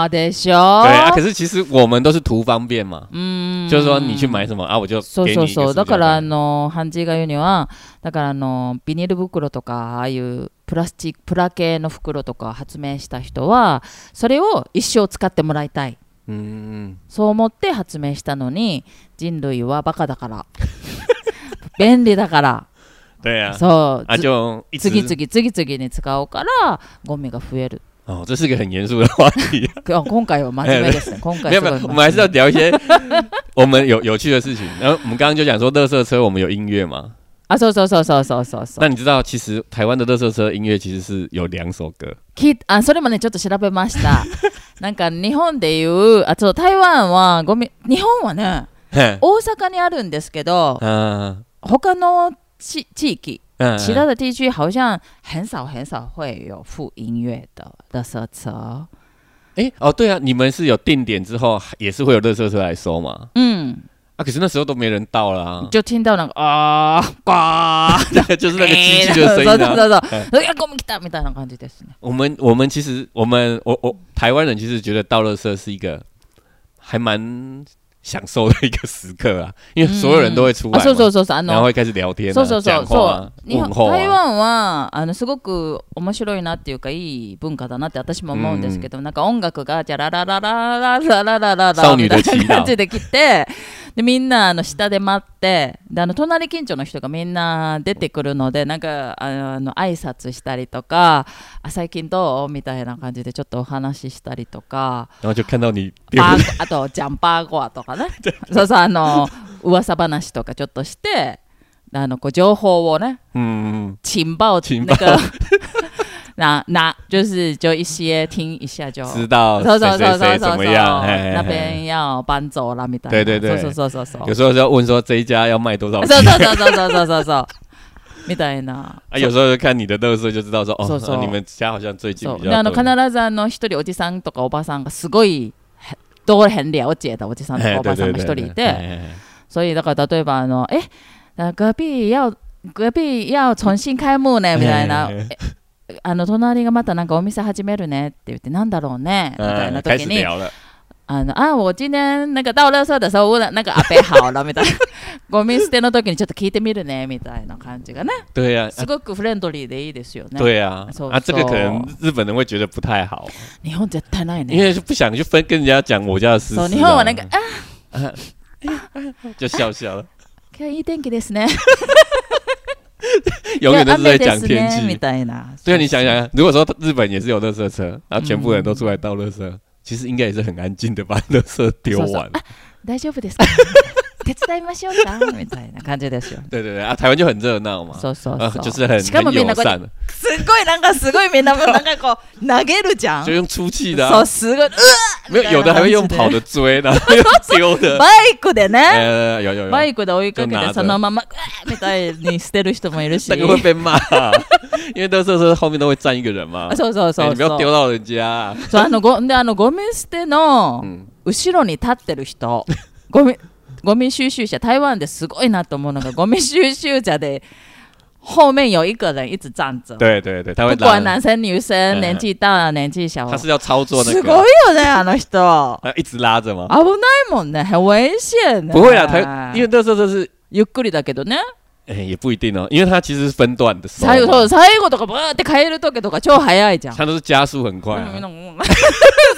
Speaker 1: 哦，得修
Speaker 2: 对啊，可是其实我们都是图方便嘛，
Speaker 1: 嗯
Speaker 2: 就是说你去买什么啊，我就
Speaker 1: そう
Speaker 2: 给
Speaker 1: そ
Speaker 2: 你
Speaker 1: う
Speaker 2: 一
Speaker 1: そ
Speaker 2: 个
Speaker 1: う。
Speaker 2: 塑
Speaker 1: だか
Speaker 2: 胶
Speaker 1: ら、あ
Speaker 2: 袋。
Speaker 1: の、ハンジーが言うには、だから、あの、ビニール袋とか、ああいうプラスチック、プラ系の袋とか発明した人は、それを一生使ってもらいたい。
Speaker 2: 嗯，
Speaker 1: そう思って発明したのに、人類はバカだから。便利だから。
Speaker 2: 对啊，
Speaker 1: そう。
Speaker 2: 啊
Speaker 1: つ
Speaker 2: 就一直
Speaker 1: 次々次々に使うから、ゴミが増える。
Speaker 2: 哦，这是个很严肃的话题、啊。
Speaker 1: あ今回は真面目ですね。今回
Speaker 2: 没有没有
Speaker 1: す，
Speaker 2: 我
Speaker 1: ごい
Speaker 2: 们还是
Speaker 1: 真
Speaker 2: 要
Speaker 1: 面目
Speaker 2: 聊一些我们有有趣的事情。然后我们刚刚就讲说，乐色车我们有音乐嘛？
Speaker 1: あ、そうそうそうそうそうそうそう
Speaker 2: 那。你知道，其实台湾的乐色车音乐其实是有两首歌。
Speaker 1: 聞いあそれもねちょっと調べました
Speaker 2: <laughs>
Speaker 1: なんか日本でいうあそう台湾はゴミ日本はね
Speaker 2: 嗯 <laughs>
Speaker 1: 大阪にあるんですけど
Speaker 2: 嗯
Speaker 1: 他の地地域
Speaker 2: 嗯
Speaker 1: 其他的地区好像很少很少会有附音乐的垃圾车
Speaker 2: 哎哦，对啊，你们是有定点之后也是会有乐色车来收嘛？
Speaker 1: 嗯，
Speaker 2: 啊，可是那时候都没人到啦 <laughs>
Speaker 1: 就听到那个啊呱
Speaker 2: 就是那个机器的声
Speaker 1: <laughs> そうそ
Speaker 2: 音
Speaker 1: う
Speaker 2: 啊。
Speaker 1: そうそういやゴミ来たみたいな感じですね
Speaker 2: 我们我们其实我们我我台湾人其实觉得倒垃圾是一个还蛮享受的一个时刻啊，
Speaker 1: 嗯
Speaker 2: 因为所有人都会出来
Speaker 1: あ
Speaker 2: 嘛，
Speaker 1: そうそうそうそうあ
Speaker 2: 然后
Speaker 1: の
Speaker 2: 会开始聊天、
Speaker 1: そう
Speaker 2: 啊、
Speaker 1: そうそ
Speaker 2: 讲
Speaker 1: う
Speaker 2: 话、
Speaker 1: そ
Speaker 2: 啊、
Speaker 1: う日
Speaker 2: 问候
Speaker 1: 本台
Speaker 2: 啊。
Speaker 1: 湾はあのすごく面白いなっていうかいい文化だなって私も思うんですけど、なんか音楽がじゃらららららららららら
Speaker 2: 少女
Speaker 1: みた
Speaker 2: た
Speaker 1: い
Speaker 2: ちだ
Speaker 1: な感じで来てでみんなあの下で待ってであの隣近所の人がみんな出てくるのでなんかあのあの挨拶したりとかあ最近どうみたいな感じでちょっとお話ししたりとか。
Speaker 2: 然后就看到你丢
Speaker 1: バーあとジャンパーゴアとかね <laughs> そうそうあの噂話とかちょっとしてあのこう情报をね
Speaker 2: <laughs> 嗯，
Speaker 1: 情报
Speaker 2: 情
Speaker 1: 那
Speaker 2: 报
Speaker 1: 个 <laughs> 拿拿就是就一些听一下就。
Speaker 2: 知道
Speaker 1: 走
Speaker 2: 谁
Speaker 1: 走
Speaker 2: 谁
Speaker 1: 走走
Speaker 2: 谁怎
Speaker 1: 走走，
Speaker 2: 么样，嘿嘿嘿
Speaker 1: 那边要搬走了，みたいな。
Speaker 2: 对对对
Speaker 1: 走走走走走
Speaker 2: 有，时候就要问说这一家要卖多少
Speaker 1: 走
Speaker 2: 钱
Speaker 1: 走走走走走走走， <laughs> みたい
Speaker 2: <laughs>
Speaker 1: な。
Speaker 2: 啊？有时候就看你的乐色就知道说哦
Speaker 1: 走走
Speaker 2: 啊你们家好像最近
Speaker 1: そう
Speaker 2: 比
Speaker 1: であ
Speaker 2: 较
Speaker 1: の必
Speaker 2: 多。
Speaker 1: ずあの一人おじさんとかおばさんがすごいへどこへん了解的おじさんと
Speaker 2: 嘿
Speaker 1: かおばさんが一人い
Speaker 2: 对
Speaker 1: て、
Speaker 2: 嘿嘿
Speaker 1: 所以だから例えばあのえ隔壁要隔壁要重新開幕ねみたいな
Speaker 2: 嘿嘿嘿
Speaker 1: あの隣がまたなんかお店始めるねって言ってなんだろうねみたい
Speaker 2: 嗯
Speaker 1: な
Speaker 2: 开
Speaker 1: 時
Speaker 2: 始
Speaker 1: に
Speaker 2: 聊了，
Speaker 1: あのあ我今天なんか倒垃圾的时候我なんか阿贝好了みたいな <laughs> ゴミ捨ての時にちょっと聞いてみるねみたいな感じがね
Speaker 2: 对呀、啊
Speaker 1: すごくフレンドリーでいいですよね。
Speaker 2: 对呀、
Speaker 1: 走
Speaker 2: 啊，啊，这个
Speaker 1: 走
Speaker 2: 可能日本人会觉得不太好，
Speaker 1: 日本絶対ない
Speaker 2: 因
Speaker 1: ね。
Speaker 2: 为就不想去分跟人家讲我家的私事、
Speaker 1: そ
Speaker 2: 啊，
Speaker 1: う日本はなんかあ啊
Speaker 2: <laughs> 就笑
Speaker 1: <laughs>
Speaker 2: 笑了，
Speaker 1: 今日いい天気です <laughs> ね。啊
Speaker 2: 永远都是在
Speaker 1: 今日
Speaker 2: 讲
Speaker 1: 雨で
Speaker 2: 天
Speaker 1: すね
Speaker 2: 气
Speaker 1: み。 <laughs> たいな。
Speaker 2: 对啊，你想想啊，如果说日本也是有垃圾车，然后全部人都出来倒垃圾，
Speaker 1: 嗯
Speaker 2: 其实应该也是很安静的把垃圾丢
Speaker 1: 说
Speaker 2: 完。
Speaker 1: 大丈夫ですか <laughs> 手伝いましょうかみたいな感じですよ。
Speaker 2: 对对对啊，台湾就很热闹嘛，
Speaker 1: そうそう
Speaker 2: 啊
Speaker 1: そ，う。
Speaker 2: 就是很
Speaker 1: しかも
Speaker 2: 很
Speaker 1: みん
Speaker 2: 友
Speaker 1: なこうやっ
Speaker 2: 善，
Speaker 1: てすっごいなんかすごいみんななんかこう投げるじゃん
Speaker 2: 就。用出气的
Speaker 1: そ
Speaker 2: 啊、
Speaker 1: うすごいうわー
Speaker 2: 没有有的还会
Speaker 1: み
Speaker 2: 用
Speaker 1: たいな感
Speaker 2: 跑
Speaker 1: じ
Speaker 2: 的追，然后用丢
Speaker 1: で <laughs>
Speaker 2: 的，
Speaker 1: バイクでね。
Speaker 2: 呃，有有有
Speaker 1: バ，イクで追いかけ
Speaker 2: ちょっと
Speaker 1: て
Speaker 2: 謎
Speaker 1: そのままうわーみたいに捨てる人もいる
Speaker 2: <laughs>
Speaker 1: し
Speaker 2: 那个会被骂、因为垃圾车后面都会站一个人嘛
Speaker 1: あ，そうそう
Speaker 2: 哎
Speaker 1: そう
Speaker 2: 你不要
Speaker 1: そ
Speaker 2: 丢
Speaker 1: う
Speaker 2: 到人家啊、
Speaker 1: そうあのごであのゴミ捨ての
Speaker 2: 嗯，
Speaker 1: 後ろに立ってる人ゴミゴミ収集者台湾ですごいなと思うのがゴミ収集者で后面有一个人一直站着，
Speaker 2: 对对对，他会
Speaker 1: 不
Speaker 2: 拉
Speaker 1: 管，男生女生，
Speaker 2: 嗯
Speaker 1: 年纪大了年纪小
Speaker 2: 他，是要操作那
Speaker 1: す
Speaker 2: 个
Speaker 1: ごい，よねあの人。
Speaker 2: 他一直拉着吗？
Speaker 1: 危ないもんね、很危险。
Speaker 2: 不会啊，他因为那时候就是，
Speaker 1: ゆっくりだけどね。
Speaker 2: 哎，也不一定哦，因为他其实是分段的时候嘛，
Speaker 1: 最後最後とかバーって変える時とか超早いじゃん。
Speaker 2: 他都是加速很快
Speaker 1: うん
Speaker 2: 啊，
Speaker 1: うんうん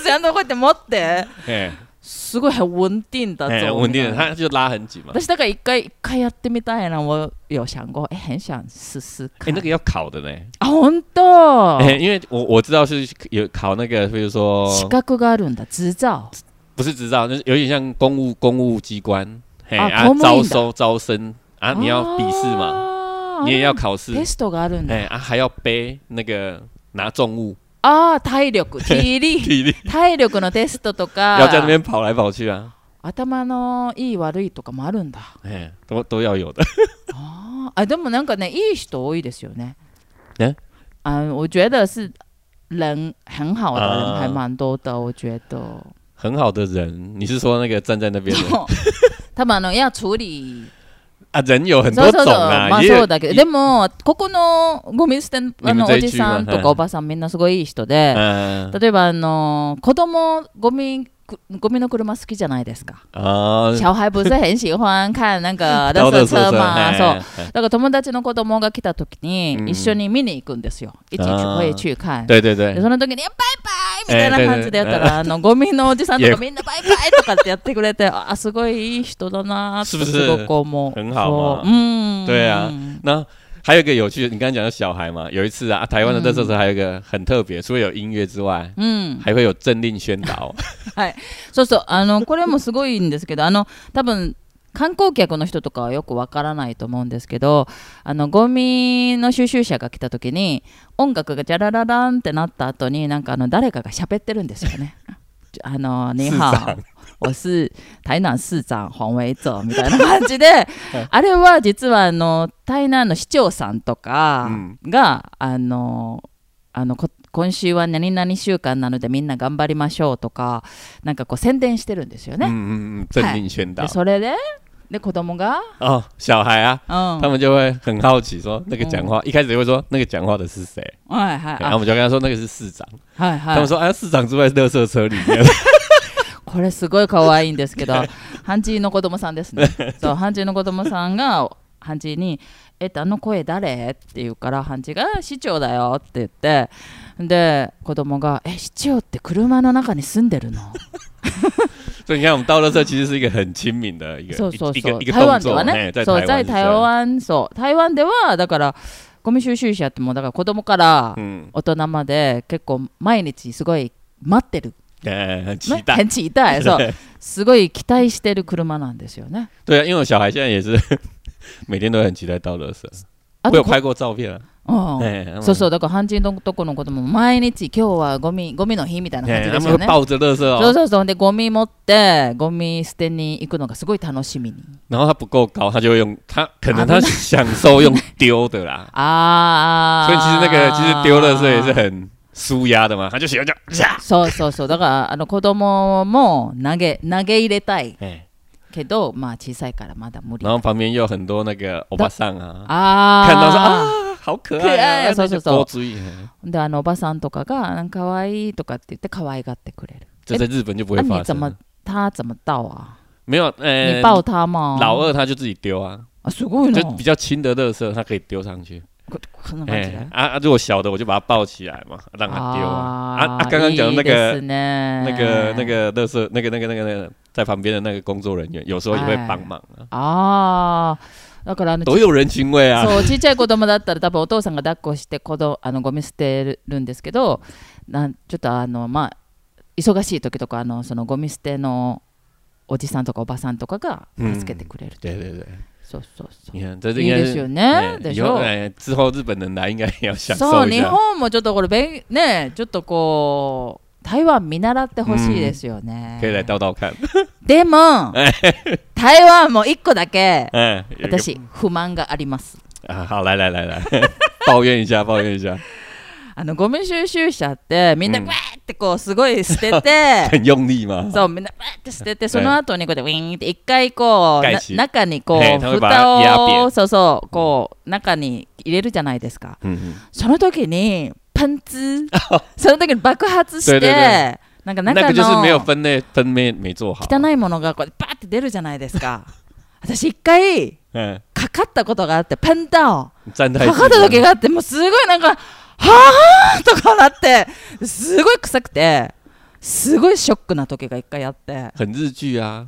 Speaker 1: ちゃんとこうやって <laughs> 持って、
Speaker 2: 哎
Speaker 1: すごい稳定だ
Speaker 2: 哎，
Speaker 1: ぞ。
Speaker 2: 稳定的，
Speaker 1: みたいな
Speaker 2: 他就拉很紧嘛。
Speaker 1: 私だから一回一回やってみたいな、我有想过，哎，很想试试
Speaker 2: 哎，
Speaker 1: 看
Speaker 2: 那。个要考的呢，
Speaker 1: あ、本当。
Speaker 2: 哎，因为我我知道是有考那个，比如说
Speaker 1: 資格があるんだ、执照。
Speaker 2: 不是执照，就是有点像公务公务机关，嘿
Speaker 1: 啊
Speaker 2: 啊
Speaker 1: 公务，员
Speaker 2: 招
Speaker 1: 的哦
Speaker 2: 收招生啊，你要笔试嘛，
Speaker 1: 嘛
Speaker 2: 你也要考试，
Speaker 1: テストがあるんだ。
Speaker 2: 哎啊，还要背那个拿重物，
Speaker 1: ああ、体力、体
Speaker 2: <laughs>
Speaker 1: 力、
Speaker 2: 体力
Speaker 1: 体力のテストとか。
Speaker 2: 要在那边跑来跑去啊，
Speaker 1: 頭のいい悪いとかもあるんだ。
Speaker 2: 哎，都都要有的。 <laughs>
Speaker 1: あーあでもなんかねいい人多いですよね。
Speaker 2: ね
Speaker 1: あ我觉得是人很好的人
Speaker 2: 啊
Speaker 1: 还蛮多的，我觉得。
Speaker 2: 很好的人，你是说那个站在那边 <laughs> 的
Speaker 1: 多分あのいや处理
Speaker 2: 啊？人有很
Speaker 1: そ
Speaker 2: 多
Speaker 1: うそう
Speaker 2: 种
Speaker 1: そうま
Speaker 2: 啊，
Speaker 1: あ
Speaker 2: 也有
Speaker 1: そうだけどでもここのゴミ捨てあの
Speaker 2: ゴ
Speaker 1: お
Speaker 2: ミ捨て
Speaker 1: じ
Speaker 2: 一区は
Speaker 1: さんと
Speaker 2: はい
Speaker 1: かおばさんみんなすごいいい人で、
Speaker 2: 嗯
Speaker 1: 例えばあの子供ゴミくゴミの車好きじゃないですか。
Speaker 2: 啊，
Speaker 1: 小孩不是很喜欢看那个
Speaker 2: 高 <laughs>
Speaker 1: 垃
Speaker 2: 的
Speaker 1: 圾
Speaker 2: 宿
Speaker 1: 车
Speaker 2: 舍
Speaker 1: 嘛，そう。
Speaker 2: 哎
Speaker 1: だ
Speaker 2: 哎
Speaker 1: から友達の子供が来た時に
Speaker 2: うん
Speaker 1: 一緒に見に行くんですよ。一起
Speaker 2: あー
Speaker 1: 去会去看。
Speaker 2: 对对
Speaker 1: で
Speaker 2: 对，
Speaker 1: その時にえ「バイバイ!」みたいな感じでやった
Speaker 2: えー
Speaker 1: ら、あのゴミのおじさんと
Speaker 2: いや
Speaker 1: かみんな「バイバイ!」とかってやってくれてあすごいいい人だなーって
Speaker 2: 是不是
Speaker 1: すごく思う。
Speaker 2: 很好嘛
Speaker 1: そううん
Speaker 2: 对啊那还有一个有趣的，你刚刚讲到小孩嘛，有一次啊，台湾的这时
Speaker 1: 嗯
Speaker 2: 候还有一个很特别，除了有音乐之外，
Speaker 1: うん、
Speaker 2: 还会有政令宣
Speaker 1: <laughs>
Speaker 2: 导。
Speaker 1: そうそうあのこれもすごいんですけどあの多分観光客の人とかはよくわからないと思うんですけどあのゴミの収集車が来た時に音楽がジャララランってなった後になんかあの誰かが喋ってるんですよね。 <laughs> あの你好
Speaker 2: 市長
Speaker 1: 我是台南市長黄偉哲みたいな感じであれは実はあの台南の市長さんとかが、あのあのこ今週は何々週間なのでみんな頑張りましょうとかなんかこう宣伝してるんですよね。
Speaker 2: 嗯嗯嗯，政令宣导
Speaker 1: でそれでで子供が、
Speaker 2: 哦，小孩啊，
Speaker 1: うん、は
Speaker 2: 他们就会很好奇说那个讲话，
Speaker 1: 嗯
Speaker 2: 一开始就会说那个讲话的是谁，
Speaker 1: いはい
Speaker 2: 然后
Speaker 1: あ
Speaker 2: 我们就跟他说那个是市长，
Speaker 1: はい
Speaker 2: 他
Speaker 1: はい
Speaker 2: 们说啊，市长住在垃圾车里
Speaker 1: <laughs>
Speaker 2: 面，
Speaker 1: これすごい可愛いんですけど <laughs> ハンジーの子供さんです <laughs> ねそうハンジーの子供さんがハンジーに「えっとあの声誰?」って言うからハンジーが「市長だよ」って言ってで子供が「え市長って車の中に住んでるの?」
Speaker 2: 所以你看我们倒垃圾其实是一个很亲民的一个
Speaker 1: そうそう
Speaker 2: 一
Speaker 1: そ
Speaker 2: 个
Speaker 1: う
Speaker 2: 一个
Speaker 1: 台
Speaker 2: 动
Speaker 1: 湾では
Speaker 2: 作，哎
Speaker 1: ね
Speaker 2: 在
Speaker 1: そう在
Speaker 2: 台湾是这
Speaker 1: 台
Speaker 2: 样
Speaker 1: 湾そう台湾ではだからゴミ収集車ってもうだから子供から
Speaker 2: 嗯，
Speaker 1: 大人まで結構毎日すごい待ってる、
Speaker 2: 哎，很期
Speaker 1: ね、
Speaker 2: 待。
Speaker 1: 変地帯 <laughs> そうすごい期待してる車なんですよね
Speaker 2: 对啊，因为我小孩现在也是 <laughs> 每天都很期待倒垃圾，
Speaker 1: あ
Speaker 2: 我有
Speaker 1: とこ
Speaker 2: 哦拍过照片
Speaker 1: うん
Speaker 2: 啊。哎，他们
Speaker 1: そうそうだから阪神のとこの子供も毎日今日はゴミゴミの日みたいな感
Speaker 2: 哎
Speaker 1: じ
Speaker 2: 他
Speaker 1: です
Speaker 2: 们会
Speaker 1: よね
Speaker 2: 抱着垃圾
Speaker 1: そう
Speaker 2: 哦，
Speaker 1: そうそうでゴミ持ってゴミ捨てに行くのがすごい楽しみに
Speaker 2: 然后他不够高，他就会用他可能啊他享受用 <laughs> 丢的啦，
Speaker 1: ああ
Speaker 2: 所以其实那个其实丢垃圾也是很舒压的嘛，他就喜欢这样。
Speaker 1: そうそうそうだからあの子供も投げ投げ入れたい
Speaker 2: 哎，
Speaker 1: けどまあ小さいからまだ無理
Speaker 2: 然
Speaker 1: あ
Speaker 2: 后旁边又有很多那个欧巴桑啊，
Speaker 1: あー
Speaker 2: 看到说啊，好可
Speaker 1: 可
Speaker 2: 爱
Speaker 1: 爱
Speaker 2: 啊，
Speaker 1: 啊
Speaker 2: 那就
Speaker 1: 嗖嗖嗖
Speaker 2: 多注意。哎
Speaker 1: であのおばさんとかがなんか可愛いとかって言って可愛がってくれる
Speaker 2: 这在日本就不会
Speaker 1: 那
Speaker 2: 发
Speaker 1: 你怎
Speaker 2: 生
Speaker 1: 么
Speaker 2: 了。
Speaker 1: 他怎么到啊
Speaker 2: 没有，呃
Speaker 1: 你，抱他吗
Speaker 2: 老二他就自己丢啊，
Speaker 1: あすごいな
Speaker 2: 就比较轻的垃圾他可以丢上去。
Speaker 1: ここんな感
Speaker 2: 哎、
Speaker 1: じで
Speaker 2: 啊啊！如果小的，我就把它抱起来嘛，让它丢啊。啊啊！刚刚讲
Speaker 1: いい
Speaker 2: 的那
Speaker 1: です
Speaker 2: 个、
Speaker 1: ね
Speaker 2: 那个、那个乐色、那个、那个、那个、那个，在旁边的那个工作人员，有时候也会帮忙
Speaker 1: あ
Speaker 2: 啊，
Speaker 1: あだからあの
Speaker 2: 都有人情味啊。
Speaker 1: そうちっちゃい子供だったら多分お父さんが抱っこして子供あのゴミ捨てるんですけどなんちょっとあのまあ忙しい時とかあのそのゴミ捨てのおじさんとかおばさんとかが助けてくれる、
Speaker 2: 对对对，
Speaker 1: そうそうそう
Speaker 2: 你看，这
Speaker 1: い
Speaker 2: 应
Speaker 1: い
Speaker 2: 该
Speaker 1: です
Speaker 2: 是
Speaker 1: よね、
Speaker 2: 哎
Speaker 1: で
Speaker 2: 以
Speaker 1: し
Speaker 2: 后
Speaker 1: ょ
Speaker 2: 哎，之后日本人来应该也要享
Speaker 1: そう
Speaker 2: 受一
Speaker 1: 日
Speaker 2: 下。
Speaker 1: 本もちょっとこれべんねちょっとこう台湾見習ってほしいですよね、
Speaker 2: 哎可以来倒倒 <laughs> 看，
Speaker 1: で <laughs> も台湾も一個だけ
Speaker 2: 哎，有一个
Speaker 1: 私不満があります
Speaker 2: 啊，好，来 <laughs> 来来来，抱怨一下，抱怨一下，
Speaker 1: あのゴミ収集車ってみんな
Speaker 2: うん
Speaker 1: わーっってこうすごい捨て <laughs> て
Speaker 2: 很用力吗？
Speaker 1: そうみんなバーって捨ててその後にこうやってウィーンって一回こう
Speaker 2: 返
Speaker 1: な
Speaker 2: し
Speaker 1: 中にこ
Speaker 2: ええ
Speaker 1: う
Speaker 2: 多分バー
Speaker 1: 蓋
Speaker 2: いや
Speaker 1: を
Speaker 2: 別
Speaker 1: そうそうこう中に入れるじゃないですか
Speaker 2: 嗯，
Speaker 1: その時にパン <laughs> ツその時に爆発し
Speaker 2: 对对
Speaker 1: て
Speaker 2: 对
Speaker 1: なんか
Speaker 2: 那
Speaker 1: 中
Speaker 2: 个就是没
Speaker 1: の
Speaker 2: 有分类分类没做好。
Speaker 1: 汚いものがこうバーって出るじゃないですか <laughs> 私一回
Speaker 2: 嗯，
Speaker 1: かかったことがあってパンタを
Speaker 2: 站 <laughs> 太
Speaker 1: かかった時があってもうすごいなんか「はあ!」とかなってすごい臭くてすごいショックな時が一回あって
Speaker 2: 很日剧啊，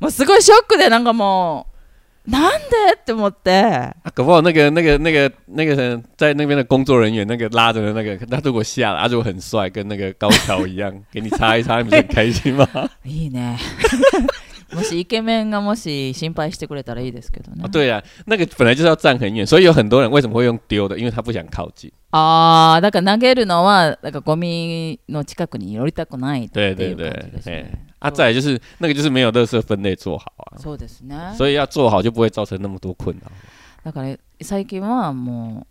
Speaker 1: もうすごいショックでなんかもうなんでって思って
Speaker 2: 啊搞不好那个那个那个那个人在那边的工作人员，那个拉着的那个，他如果下来，他如果很帅，跟那个高桥一样，给你擦一擦，你不是很开心 <laughs> 吗？
Speaker 1: いい <laughs> ねもしイケメンがもし心配してくれたらいいですけどね
Speaker 2: 啊，对啊，那个本来就是要站很远，所以有很多人为什么会用丢的，因为他不想靠近。
Speaker 1: あーだから投げるのはなんかゴミの近くに寄りたくないってい
Speaker 2: 对
Speaker 1: う感じ
Speaker 2: 对对
Speaker 1: で，す
Speaker 2: 哎
Speaker 1: ね、
Speaker 2: 啊，再来就是那个就是没有垃圾分类做好啊，
Speaker 1: そうですね
Speaker 2: 所以要做好就不会造成那么多困扰。
Speaker 1: だから最近はもう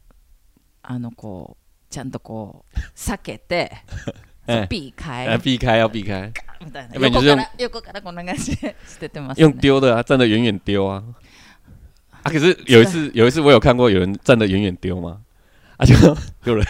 Speaker 1: あのこうちゃんとこう避け
Speaker 2: <laughs>
Speaker 1: て
Speaker 2: 哎
Speaker 1: 避開
Speaker 2: 哎，避开要避开，
Speaker 1: みたいな
Speaker 2: やっぱり
Speaker 1: 横か
Speaker 2: 自分
Speaker 1: ら横からこんな感じでしててます
Speaker 2: 用
Speaker 1: ね。
Speaker 2: 丢的啊，站得远远丢啊。啊，可是有一次，有一次我有看过有人站得远远丢嘛，啊，就 <laughs> 有人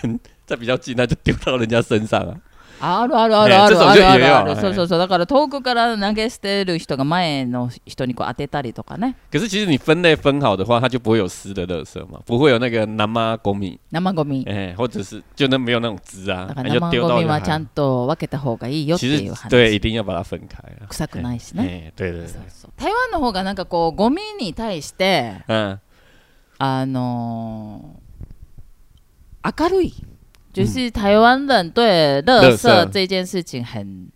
Speaker 2: 在比较近，他就丢到人家身上啊。
Speaker 1: あるあるあるある
Speaker 2: ねちょっと
Speaker 1: あるあるあ
Speaker 2: いやい
Speaker 1: る
Speaker 2: や
Speaker 1: そうそうそうだから遠くから投げ捨てる人が前の人にこう当てたりとかね
Speaker 2: 可是其实你分类分好的话，它就不会有湿的垃圾嘛，不会有那个南妈公米，
Speaker 1: 生ゴミ
Speaker 2: 哎、或者是就那没有那种汁啊
Speaker 1: だ，か
Speaker 2: 你
Speaker 1: ら
Speaker 2: 就
Speaker 1: 生
Speaker 2: 丢
Speaker 1: ゴ
Speaker 2: 到
Speaker 1: ミ
Speaker 2: 就
Speaker 1: はちゃ
Speaker 2: 好
Speaker 1: ん。と分けた方がいいよって
Speaker 2: 其
Speaker 1: いう
Speaker 2: 实
Speaker 1: 話
Speaker 2: 对，一定要把它分开啊。
Speaker 1: 臭くないし
Speaker 2: 哎、
Speaker 1: ね
Speaker 2: 对
Speaker 1: そ
Speaker 2: 对对
Speaker 1: う，そう台湾の方がなんかこうゴミに対して
Speaker 2: 嗯，
Speaker 1: あのー明るい。就是台湾人对垃圾
Speaker 2: 垃圾
Speaker 1: 这件事情很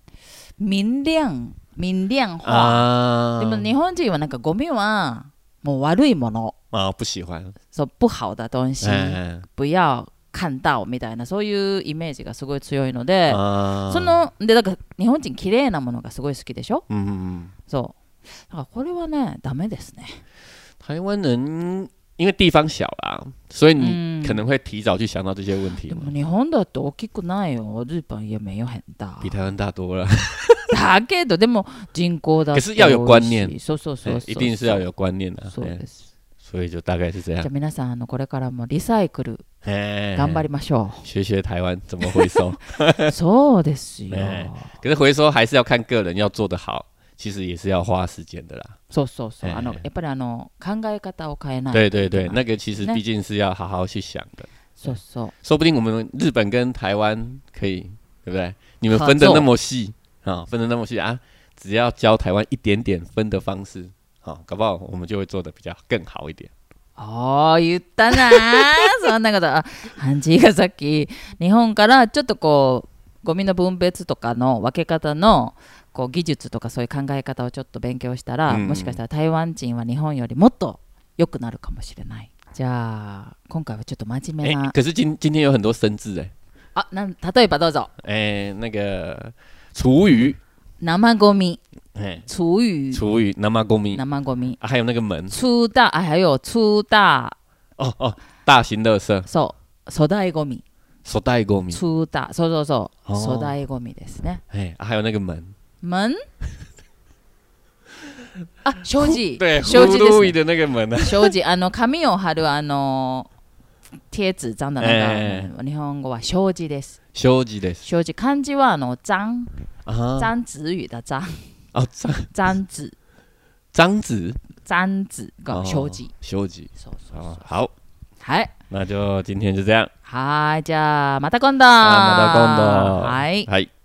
Speaker 1: 明亮、明亮化。
Speaker 2: 啊
Speaker 1: でも日本人はなんかゴミはもう悪いもの、
Speaker 2: 啊，不喜欢，
Speaker 1: そう不好的东西、
Speaker 2: 哎、
Speaker 1: 不要看到みたいなそういうイメージがすごい強いので、
Speaker 2: 啊
Speaker 1: そのでだから日本人綺麗なものがすごい好きでしょ。
Speaker 2: 嗯嗯嗯。
Speaker 1: そう。だからこれはねダメですね。
Speaker 2: 台湾人因为地方小啦，所以
Speaker 1: 嗯
Speaker 2: 你可能会提早去想到这些问题
Speaker 1: でも
Speaker 2: 嘛，
Speaker 1: 日本だって大きくないよ。日本也没有很大。
Speaker 2: 比台湾大多了。
Speaker 1: だけど、でも人口だって
Speaker 2: 可是要有
Speaker 1: 多いし
Speaker 2: 观念
Speaker 1: そうそう
Speaker 2: <laughs>
Speaker 1: そうそう。
Speaker 2: 一定是要有观念的
Speaker 1: そう。
Speaker 2: 哎
Speaker 1: です。
Speaker 2: 所以就大概是这
Speaker 1: じゃあ
Speaker 2: 样。
Speaker 1: 皆さん、あのこれからもリサイクル
Speaker 2: 哎
Speaker 1: 頑張りましょ
Speaker 2: 学学台湾怎么
Speaker 1: <laughs>
Speaker 2: 回收，
Speaker 1: う。そうですよ。
Speaker 2: ね可是回收还是要看个人，要做得好，其实也是要花时间的啦。
Speaker 1: そうそうそう。
Speaker 2: ええ
Speaker 1: あのやっぱりあの考え方を変えない。
Speaker 2: 对对对，
Speaker 1: 嗯
Speaker 2: 那个其实
Speaker 1: 那
Speaker 2: 毕竟是要好好去想的，
Speaker 1: そうそう。
Speaker 2: 说不定我们日本跟台湾可以，对不对？你们
Speaker 1: 合
Speaker 2: 分的
Speaker 1: 作
Speaker 2: 那么细啊，分的那么细啊，只要教台湾一点点分的方式，啊，搞不好我们就会做的比较更好一点。
Speaker 1: おー言った
Speaker 2: <laughs>
Speaker 1: なーそんなことあハンジーがさっき日本からちょっとこうゴミの分別とかの分け方のこう技術とかそういう考え方をちょっと勉強したら、
Speaker 2: うん
Speaker 1: もしかしたら台湾人は日本よりもっと良くなるかもしれないじゃあ今回はちょっと真面
Speaker 2: 哎、
Speaker 1: 目な、
Speaker 2: 可是今今天有很多生字哎、
Speaker 1: あなん例えばどうぞ
Speaker 2: 哎、那个厨余，
Speaker 1: 生ゴミ
Speaker 2: 哎、
Speaker 1: 厨余
Speaker 2: 厨余，南妈公民、
Speaker 1: 生ゴミ
Speaker 2: 啊，还有那个门，
Speaker 1: 粗大あ还有粗大
Speaker 2: 哦哦，大型垃圾，
Speaker 1: そう粗大ゴミ
Speaker 2: 手袋公民，
Speaker 1: 粗大そうそうそう
Speaker 2: あー
Speaker 1: 粗大ゴミですね
Speaker 2: 哎、啊还有那个门，
Speaker 1: 门あ障子
Speaker 2: 对，
Speaker 1: 障子です、
Speaker 2: 衣
Speaker 1: ね、
Speaker 2: 的那个门呢、啊，
Speaker 1: 障子あの紙を貼るあの贴纸残だな、
Speaker 2: え
Speaker 1: 日本語は障子です
Speaker 2: 修机的
Speaker 1: 障子漢字はあの残
Speaker 2: 啊，
Speaker 1: 残子雨的残
Speaker 2: 哦张
Speaker 1: 残子
Speaker 2: 张纸，
Speaker 1: 残子が
Speaker 2: 哦
Speaker 1: 障子、
Speaker 2: 修机，
Speaker 1: そうそうそう
Speaker 2: 哦，好。
Speaker 1: はい
Speaker 2: 那就今天就这样，
Speaker 1: はいじゃあまた今度
Speaker 2: 啊，那到工的，
Speaker 1: はい
Speaker 2: 嗨。